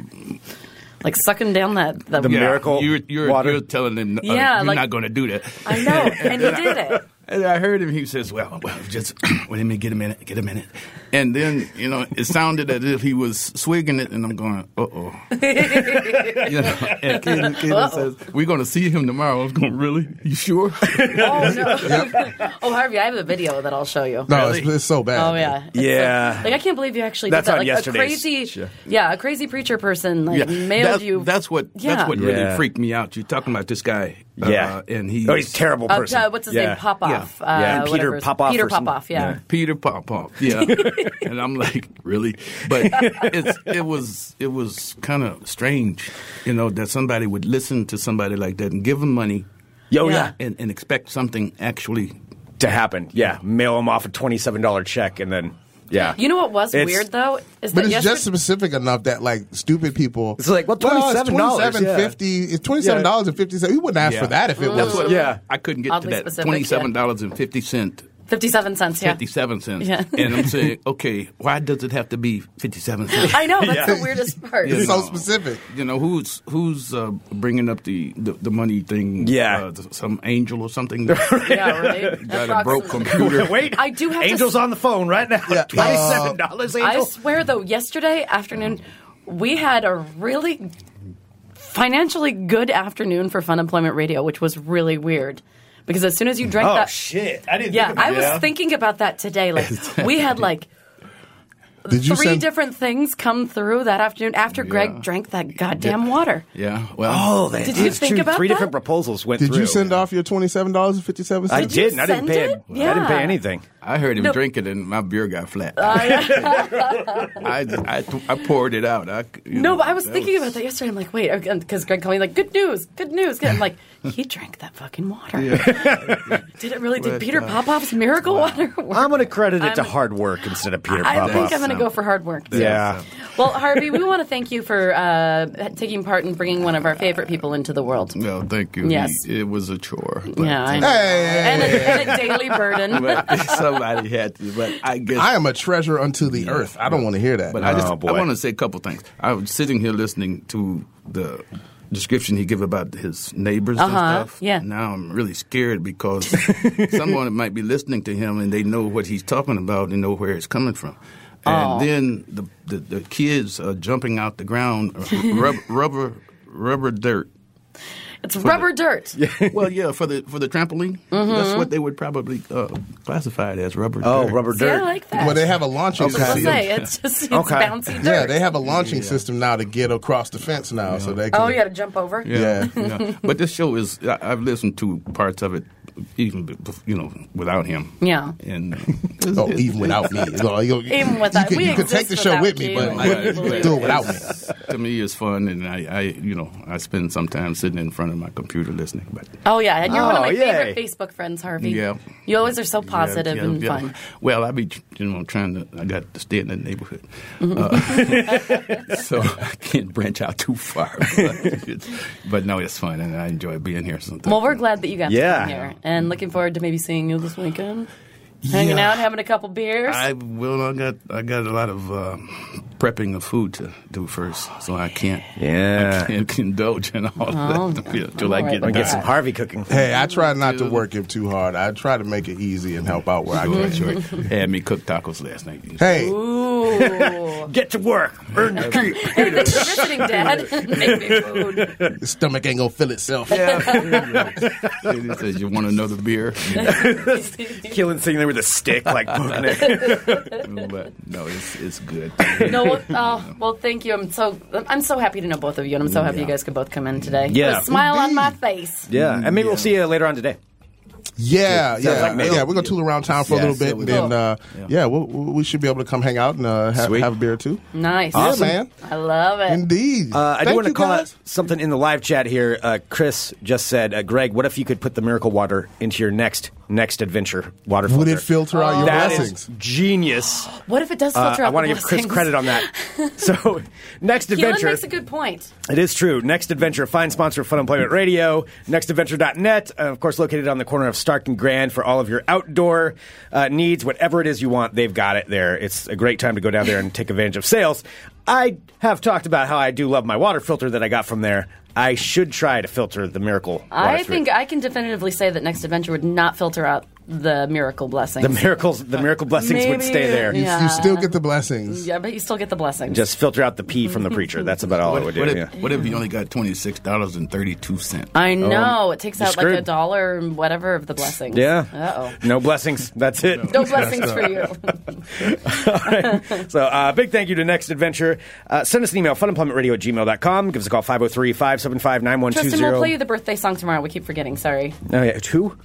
Speaker 7: like sucking down that that
Speaker 6: The
Speaker 5: yeah,
Speaker 6: miracle
Speaker 5: You're, you're,
Speaker 6: water.
Speaker 5: you're telling him, uh,
Speaker 7: Yeah,
Speaker 5: you're
Speaker 7: like-
Speaker 5: not going to do that.
Speaker 7: I know, and he did it.
Speaker 5: And I heard him. He says, "Well, well just wait a minute, get a minute, get a minute." And then you know, it sounded as if he was swigging it, and I'm going, "Uh oh." you know, and Kayla, Kayla
Speaker 7: Uh-oh.
Speaker 5: says, "We're going to see him tomorrow." I was going, "Really? You sure?"
Speaker 7: Oh no! oh Harvey, I have a video that I'll show you.
Speaker 8: No, it's, it's so bad.
Speaker 7: Oh yeah. It's
Speaker 6: Yeah.
Speaker 7: Like, like, I can't believe you actually
Speaker 6: That's
Speaker 7: did that. Like
Speaker 6: on yesterday's
Speaker 7: a crazy, yeah, a crazy preacher person like mailed
Speaker 5: that's,
Speaker 7: you.
Speaker 5: That's what.
Speaker 7: Yeah.
Speaker 5: That's what
Speaker 6: Yeah.
Speaker 5: really freaked me out. You're talking about this guy. uh,
Speaker 6: yeah.
Speaker 5: and he.
Speaker 6: oh, he's a terrible
Speaker 7: Uh,
Speaker 6: person.
Speaker 7: uh, what's his
Speaker 6: Yeah.
Speaker 7: name? Popoff.
Speaker 5: Yeah.
Speaker 7: Uh,
Speaker 6: Yeah, Peter
Speaker 7: whatever his-
Speaker 6: Popoff
Speaker 7: Peter
Speaker 6: or some-
Speaker 7: Popoff. Yeah.
Speaker 5: Peter Pop Pop. Yeah. and I'm like, really? But it's, it was it was kind of strange, you know, that somebody would listen to somebody like that and give them money
Speaker 6: Yo,
Speaker 7: Yeah.
Speaker 6: yeah.
Speaker 5: and, and expect something actually.
Speaker 6: To happen. Yeah. Mail him off a twenty-seven dollar check, and then yeah.
Speaker 7: You know what was
Speaker 6: It's-
Speaker 7: weird though is
Speaker 8: But
Speaker 7: that
Speaker 8: it's
Speaker 7: yesterday-
Speaker 8: just specific enough that like stupid people.
Speaker 6: It's like, well,
Speaker 8: it's
Speaker 6: $27,
Speaker 8: twenty-seven
Speaker 6: yeah.
Speaker 8: fifty. It's twenty-seven dollars and fifty cents. We wouldn't ask
Speaker 6: Yeah.
Speaker 8: for that if it
Speaker 7: Mm-hmm.
Speaker 5: That's
Speaker 8: was.
Speaker 5: what
Speaker 6: Yeah.
Speaker 5: I couldn't get
Speaker 7: Oddly
Speaker 5: to that
Speaker 7: specific,
Speaker 5: twenty seven dollars and fifty cent.
Speaker 7: 57 cents. Yeah.
Speaker 5: 57 cents.
Speaker 7: Yeah.
Speaker 5: And I'm saying, okay, why does it have to be 57 cents?
Speaker 7: I know that's
Speaker 6: Yeah.
Speaker 7: the weirdest part.
Speaker 5: Yeah.
Speaker 8: It's so
Speaker 5: No.
Speaker 8: specific.
Speaker 5: You know who's who's uh, bringing up the, the, the money thing?
Speaker 6: Yeah.
Speaker 5: uh, th- some angel or something.
Speaker 7: Yeah, right.
Speaker 5: Got a
Speaker 7: Approximately.
Speaker 5: broke computer.
Speaker 6: Wait,
Speaker 7: I do have to
Speaker 6: Angel's
Speaker 7: s-
Speaker 6: on the phone right now. Twenty-seven dollars,
Speaker 7: I
Speaker 6: Angel.
Speaker 7: swear though, yesterday afternoon we had a really financially good afternoon for Fun Employment Radio, which was really weird. Because as soon as you drank
Speaker 6: oh
Speaker 7: that
Speaker 6: shit! I didn't.
Speaker 7: Yeah,
Speaker 6: think about
Speaker 7: I was
Speaker 6: that.
Speaker 7: thinking about that today. Like we had like
Speaker 8: Did you
Speaker 7: three
Speaker 8: send-
Speaker 7: different things come through that afternoon after Greg
Speaker 5: Yeah.
Speaker 7: drank that goddamn water.
Speaker 5: Yeah. Well.
Speaker 6: Oh, that
Speaker 7: Did you
Speaker 6: is
Speaker 7: think
Speaker 6: true.
Speaker 7: about
Speaker 6: Three
Speaker 7: that?
Speaker 6: different proposals went
Speaker 8: Did
Speaker 6: through.
Speaker 8: you send off your twenty seven dollars and fifty seven
Speaker 6: I
Speaker 8: cents?
Speaker 6: did. and I didn't
Speaker 7: send
Speaker 6: pay.
Speaker 7: it?
Speaker 6: I didn't pay
Speaker 7: Yeah.
Speaker 6: anything.
Speaker 5: I heard him
Speaker 7: No. Uh,
Speaker 5: drink it, and my beer got flat. I, I, I poured it out. I, c- you
Speaker 7: No,
Speaker 5: know,
Speaker 7: but I was
Speaker 5: that
Speaker 7: thinking about that yesterday. I'm like, wait, because Greg called me like, good news, good news. Good. I'm like, he drank that fucking water. did it really? Did
Speaker 5: But,
Speaker 7: Peter
Speaker 5: uh,
Speaker 7: Popoff's miracle water work?
Speaker 6: I'm going to credit it to
Speaker 7: I'm-
Speaker 6: hard work instead of Peter
Speaker 7: I
Speaker 6: Popoff.
Speaker 7: think I'm going to go for hard work.
Speaker 6: yeah.
Speaker 7: Well, Harvey, we want to thank you for uh, taking part in bringing one of our favorite people into the world.
Speaker 5: No, thank you.
Speaker 7: Yes.
Speaker 5: He- it was a chore. but- uh,
Speaker 7: Yeah, I know.
Speaker 8: Hey,
Speaker 7: and, a, and a daily burden.
Speaker 5: but somebody had to. But I guess
Speaker 8: I am a treasure unto the earth. I don't want to hear that.
Speaker 5: But I just
Speaker 6: Oh, boy.
Speaker 5: I want to say a couple things. I was sitting here listening to the description he gave about his neighbors
Speaker 7: Uh-huh,
Speaker 5: and stuff.
Speaker 7: yeah.
Speaker 5: Now I'm really scared because someone might be listening to him and they know what he's talking about and know where it's coming from. And
Speaker 7: Oh.
Speaker 5: then the, the the kids are jumping out the ground, rub, rubber rubber dirt.
Speaker 7: It's rubber dirt.
Speaker 5: Well, yeah, for the for the trampoline,
Speaker 7: Mm-hmm.
Speaker 5: that's what they would probably uh, classify it as rubber.
Speaker 6: Oh,
Speaker 5: dirt.
Speaker 6: rubber
Speaker 7: See, I
Speaker 6: dirt.
Speaker 7: like that.
Speaker 8: well, they have a launching
Speaker 5: Okay.
Speaker 7: I'll
Speaker 8: system.
Speaker 7: say it's just it's
Speaker 6: Okay.
Speaker 7: bouncy dirt.
Speaker 8: Yeah, they have a launching system now to get across the fence now, so they can.
Speaker 7: oh, you got to jump over.
Speaker 8: Yeah.
Speaker 5: yeah. But this show is, I, I've listened to parts of it, even, be- bef- you know, without him.
Speaker 7: Yeah.
Speaker 5: And uh,
Speaker 8: Oh, even without me. No, you-
Speaker 7: Even without-
Speaker 8: you, could,
Speaker 7: we
Speaker 8: you could take
Speaker 7: exist
Speaker 8: the show with
Speaker 7: without
Speaker 8: me,
Speaker 7: you.
Speaker 8: but
Speaker 7: Right,
Speaker 8: you
Speaker 7: right.
Speaker 8: could do it without me.
Speaker 5: it's- to me, it's fun, and I, I, you know, I spend some time sitting in front of my computer listening. But
Speaker 7: Oh yeah, and you're one of
Speaker 6: Oh,
Speaker 7: my favorite
Speaker 6: yay.
Speaker 7: Facebook friends, Harvey.
Speaker 5: Yeah.
Speaker 7: You always are so positive
Speaker 5: Yeah, yeah,
Speaker 7: and
Speaker 5: yeah.
Speaker 7: fun.
Speaker 5: Well, I be, you know, trying to. I got to stay in that neighborhood,
Speaker 7: Mm-hmm.
Speaker 5: uh, so I can't branch out too far. But, but no, it's fun, and I enjoy being here. Sometimes.
Speaker 7: Well, we're glad that you got
Speaker 6: Yeah.
Speaker 7: to come here, and looking forward to maybe seeing you this weekend, hanging
Speaker 5: Yeah.
Speaker 7: out, having a couple beers.
Speaker 5: I well, I got I got a lot of uh, prepping of food to do first, so I can't
Speaker 6: Yeah.
Speaker 5: I can't indulge in all
Speaker 7: Oh,
Speaker 5: that
Speaker 7: yeah.
Speaker 5: until I
Speaker 7: I'm
Speaker 5: get
Speaker 7: all right
Speaker 6: I'll
Speaker 5: back.
Speaker 6: get some Harvey cooking.
Speaker 8: Hey, I try not to work him too hard. I try to make it easy and help out where I
Speaker 5: Sure,
Speaker 8: can.
Speaker 5: sure. Had me cook tacos last night.
Speaker 8: Hey,
Speaker 7: Ooh.
Speaker 6: Get to work. Earn your keep.
Speaker 7: hey, thanks for visiting, Dad. Make me food.
Speaker 8: the stomach ain't gonna fill itself.
Speaker 5: Yeah. Lady says you want another beer,
Speaker 6: Killing sitting there with a stick, like poking it.
Speaker 5: but no, it's it's good.
Speaker 7: No, well, oh, well, thank you. I'm so I'm so happy to know both of you, and I'm so happy you guys could both come in today.
Speaker 6: Yeah.
Speaker 7: Put a smile on my face.
Speaker 6: Yeah, and maybe we'll see you later on today.
Speaker 8: Yeah, yeah,
Speaker 6: like me.
Speaker 8: yeah. We're gonna tool around town for a
Speaker 5: Yeah,
Speaker 8: little
Speaker 5: so
Speaker 8: bit,
Speaker 5: we
Speaker 8: and then
Speaker 7: will.
Speaker 8: uh,
Speaker 5: Yeah.
Speaker 8: yeah, we'll, we we should be able to come hang out and uh, have,
Speaker 5: Sweet.
Speaker 8: have a beer or two.
Speaker 7: Nice.
Speaker 8: Yeah, man.
Speaker 7: I love it.
Speaker 8: Indeed.
Speaker 6: Uh, I do
Speaker 8: Thank
Speaker 6: want to
Speaker 8: you,
Speaker 6: call
Speaker 8: guys.
Speaker 6: out something in the live chat here. Uh, Chris just said, uh, "Greg, what if you could put the miracle water into your next next adventure water filter?
Speaker 8: Would it filter out your
Speaker 6: That is
Speaker 8: blessings?
Speaker 6: genius.
Speaker 7: What if it does
Speaker 6: Uh,
Speaker 7: filter out
Speaker 6: I want to
Speaker 7: the
Speaker 6: give Chris
Speaker 7: blessings?
Speaker 6: credit on that. So, next
Speaker 7: Keelan
Speaker 6: adventure.
Speaker 7: makes a good point.
Speaker 6: It is true. Next Adventure, fine sponsor of Fun Employment Radio, nextadventure.net, uh, of course, located on the corner of Stark and Grand for all of your outdoor uh, needs, whatever it is you want, they've got it there. It's a great time to go down there and take advantage of sales. I have talked about how I do love my water filter that I got from there. I should try to filter the miracle. Water
Speaker 7: I
Speaker 6: through
Speaker 7: think
Speaker 6: it.
Speaker 7: I can definitively say that Next Adventure would not filter out the miracle blessings.
Speaker 6: the miracles, the miracle blessings would
Speaker 7: Uh, Maybe-
Speaker 6: stay there.
Speaker 8: You,
Speaker 7: Yeah.
Speaker 8: you still get the blessings.
Speaker 7: yeah, but you still get the blessings.
Speaker 6: Just filter out the pee from the preacher. That's about all I would do.
Speaker 5: what, if,
Speaker 6: yeah.
Speaker 5: what if you only got twenty six dollars and thirty two cents?
Speaker 7: I know it takes
Speaker 6: um, you're
Speaker 7: out like a
Speaker 6: screwed.
Speaker 7: dollar and whatever of the blessings.
Speaker 6: Yeah.
Speaker 7: Uh oh.
Speaker 6: No blessings. That's it.
Speaker 7: No blessings for you.
Speaker 6: So, uh, big thank you to Next Adventure. Uh, send us an email, funemploymentradio at gmail.com. Give us a call, 503 575
Speaker 7: Tristan, we'll play you
Speaker 6: 9120.
Speaker 7: the birthday song tomorrow. We keep forgetting. Sorry.
Speaker 6: Oh, yeah. Who?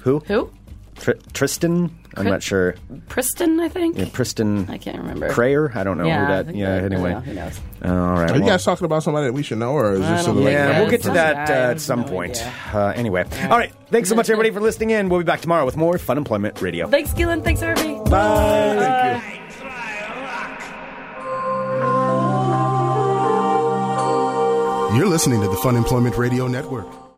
Speaker 6: Who?
Speaker 7: Who?
Speaker 6: Tr- Tristan? I'm
Speaker 7: Cri-
Speaker 6: not sure.
Speaker 7: Priston, I think.
Speaker 6: Priston
Speaker 7: I can't remember.
Speaker 6: Crayer? I don't know
Speaker 7: Yeah,
Speaker 6: who
Speaker 7: I
Speaker 6: that
Speaker 7: think
Speaker 6: Yeah,
Speaker 7: that-
Speaker 6: anyway.
Speaker 7: yeah, who knows?
Speaker 6: Uh, all right.
Speaker 8: Are you
Speaker 6: well-
Speaker 8: guys talking about somebody that we should know, or is this
Speaker 7: don't
Speaker 8: sort of like
Speaker 7: think
Speaker 6: yeah,
Speaker 7: Yeah,
Speaker 6: we'll get to
Speaker 7: it's-
Speaker 6: that uh,
Speaker 7: I
Speaker 6: at
Speaker 7: have
Speaker 6: some
Speaker 7: no
Speaker 6: point.
Speaker 7: idea.
Speaker 6: Uh, anyway. All right. Thanks so much, everybody, for listening in. We'll be back tomorrow with more Fun Employment Radio.
Speaker 7: Thanks, Gillen. Thanks, Harvey.
Speaker 6: Bye.
Speaker 8: You're listening to the Fun Employment Radio Network.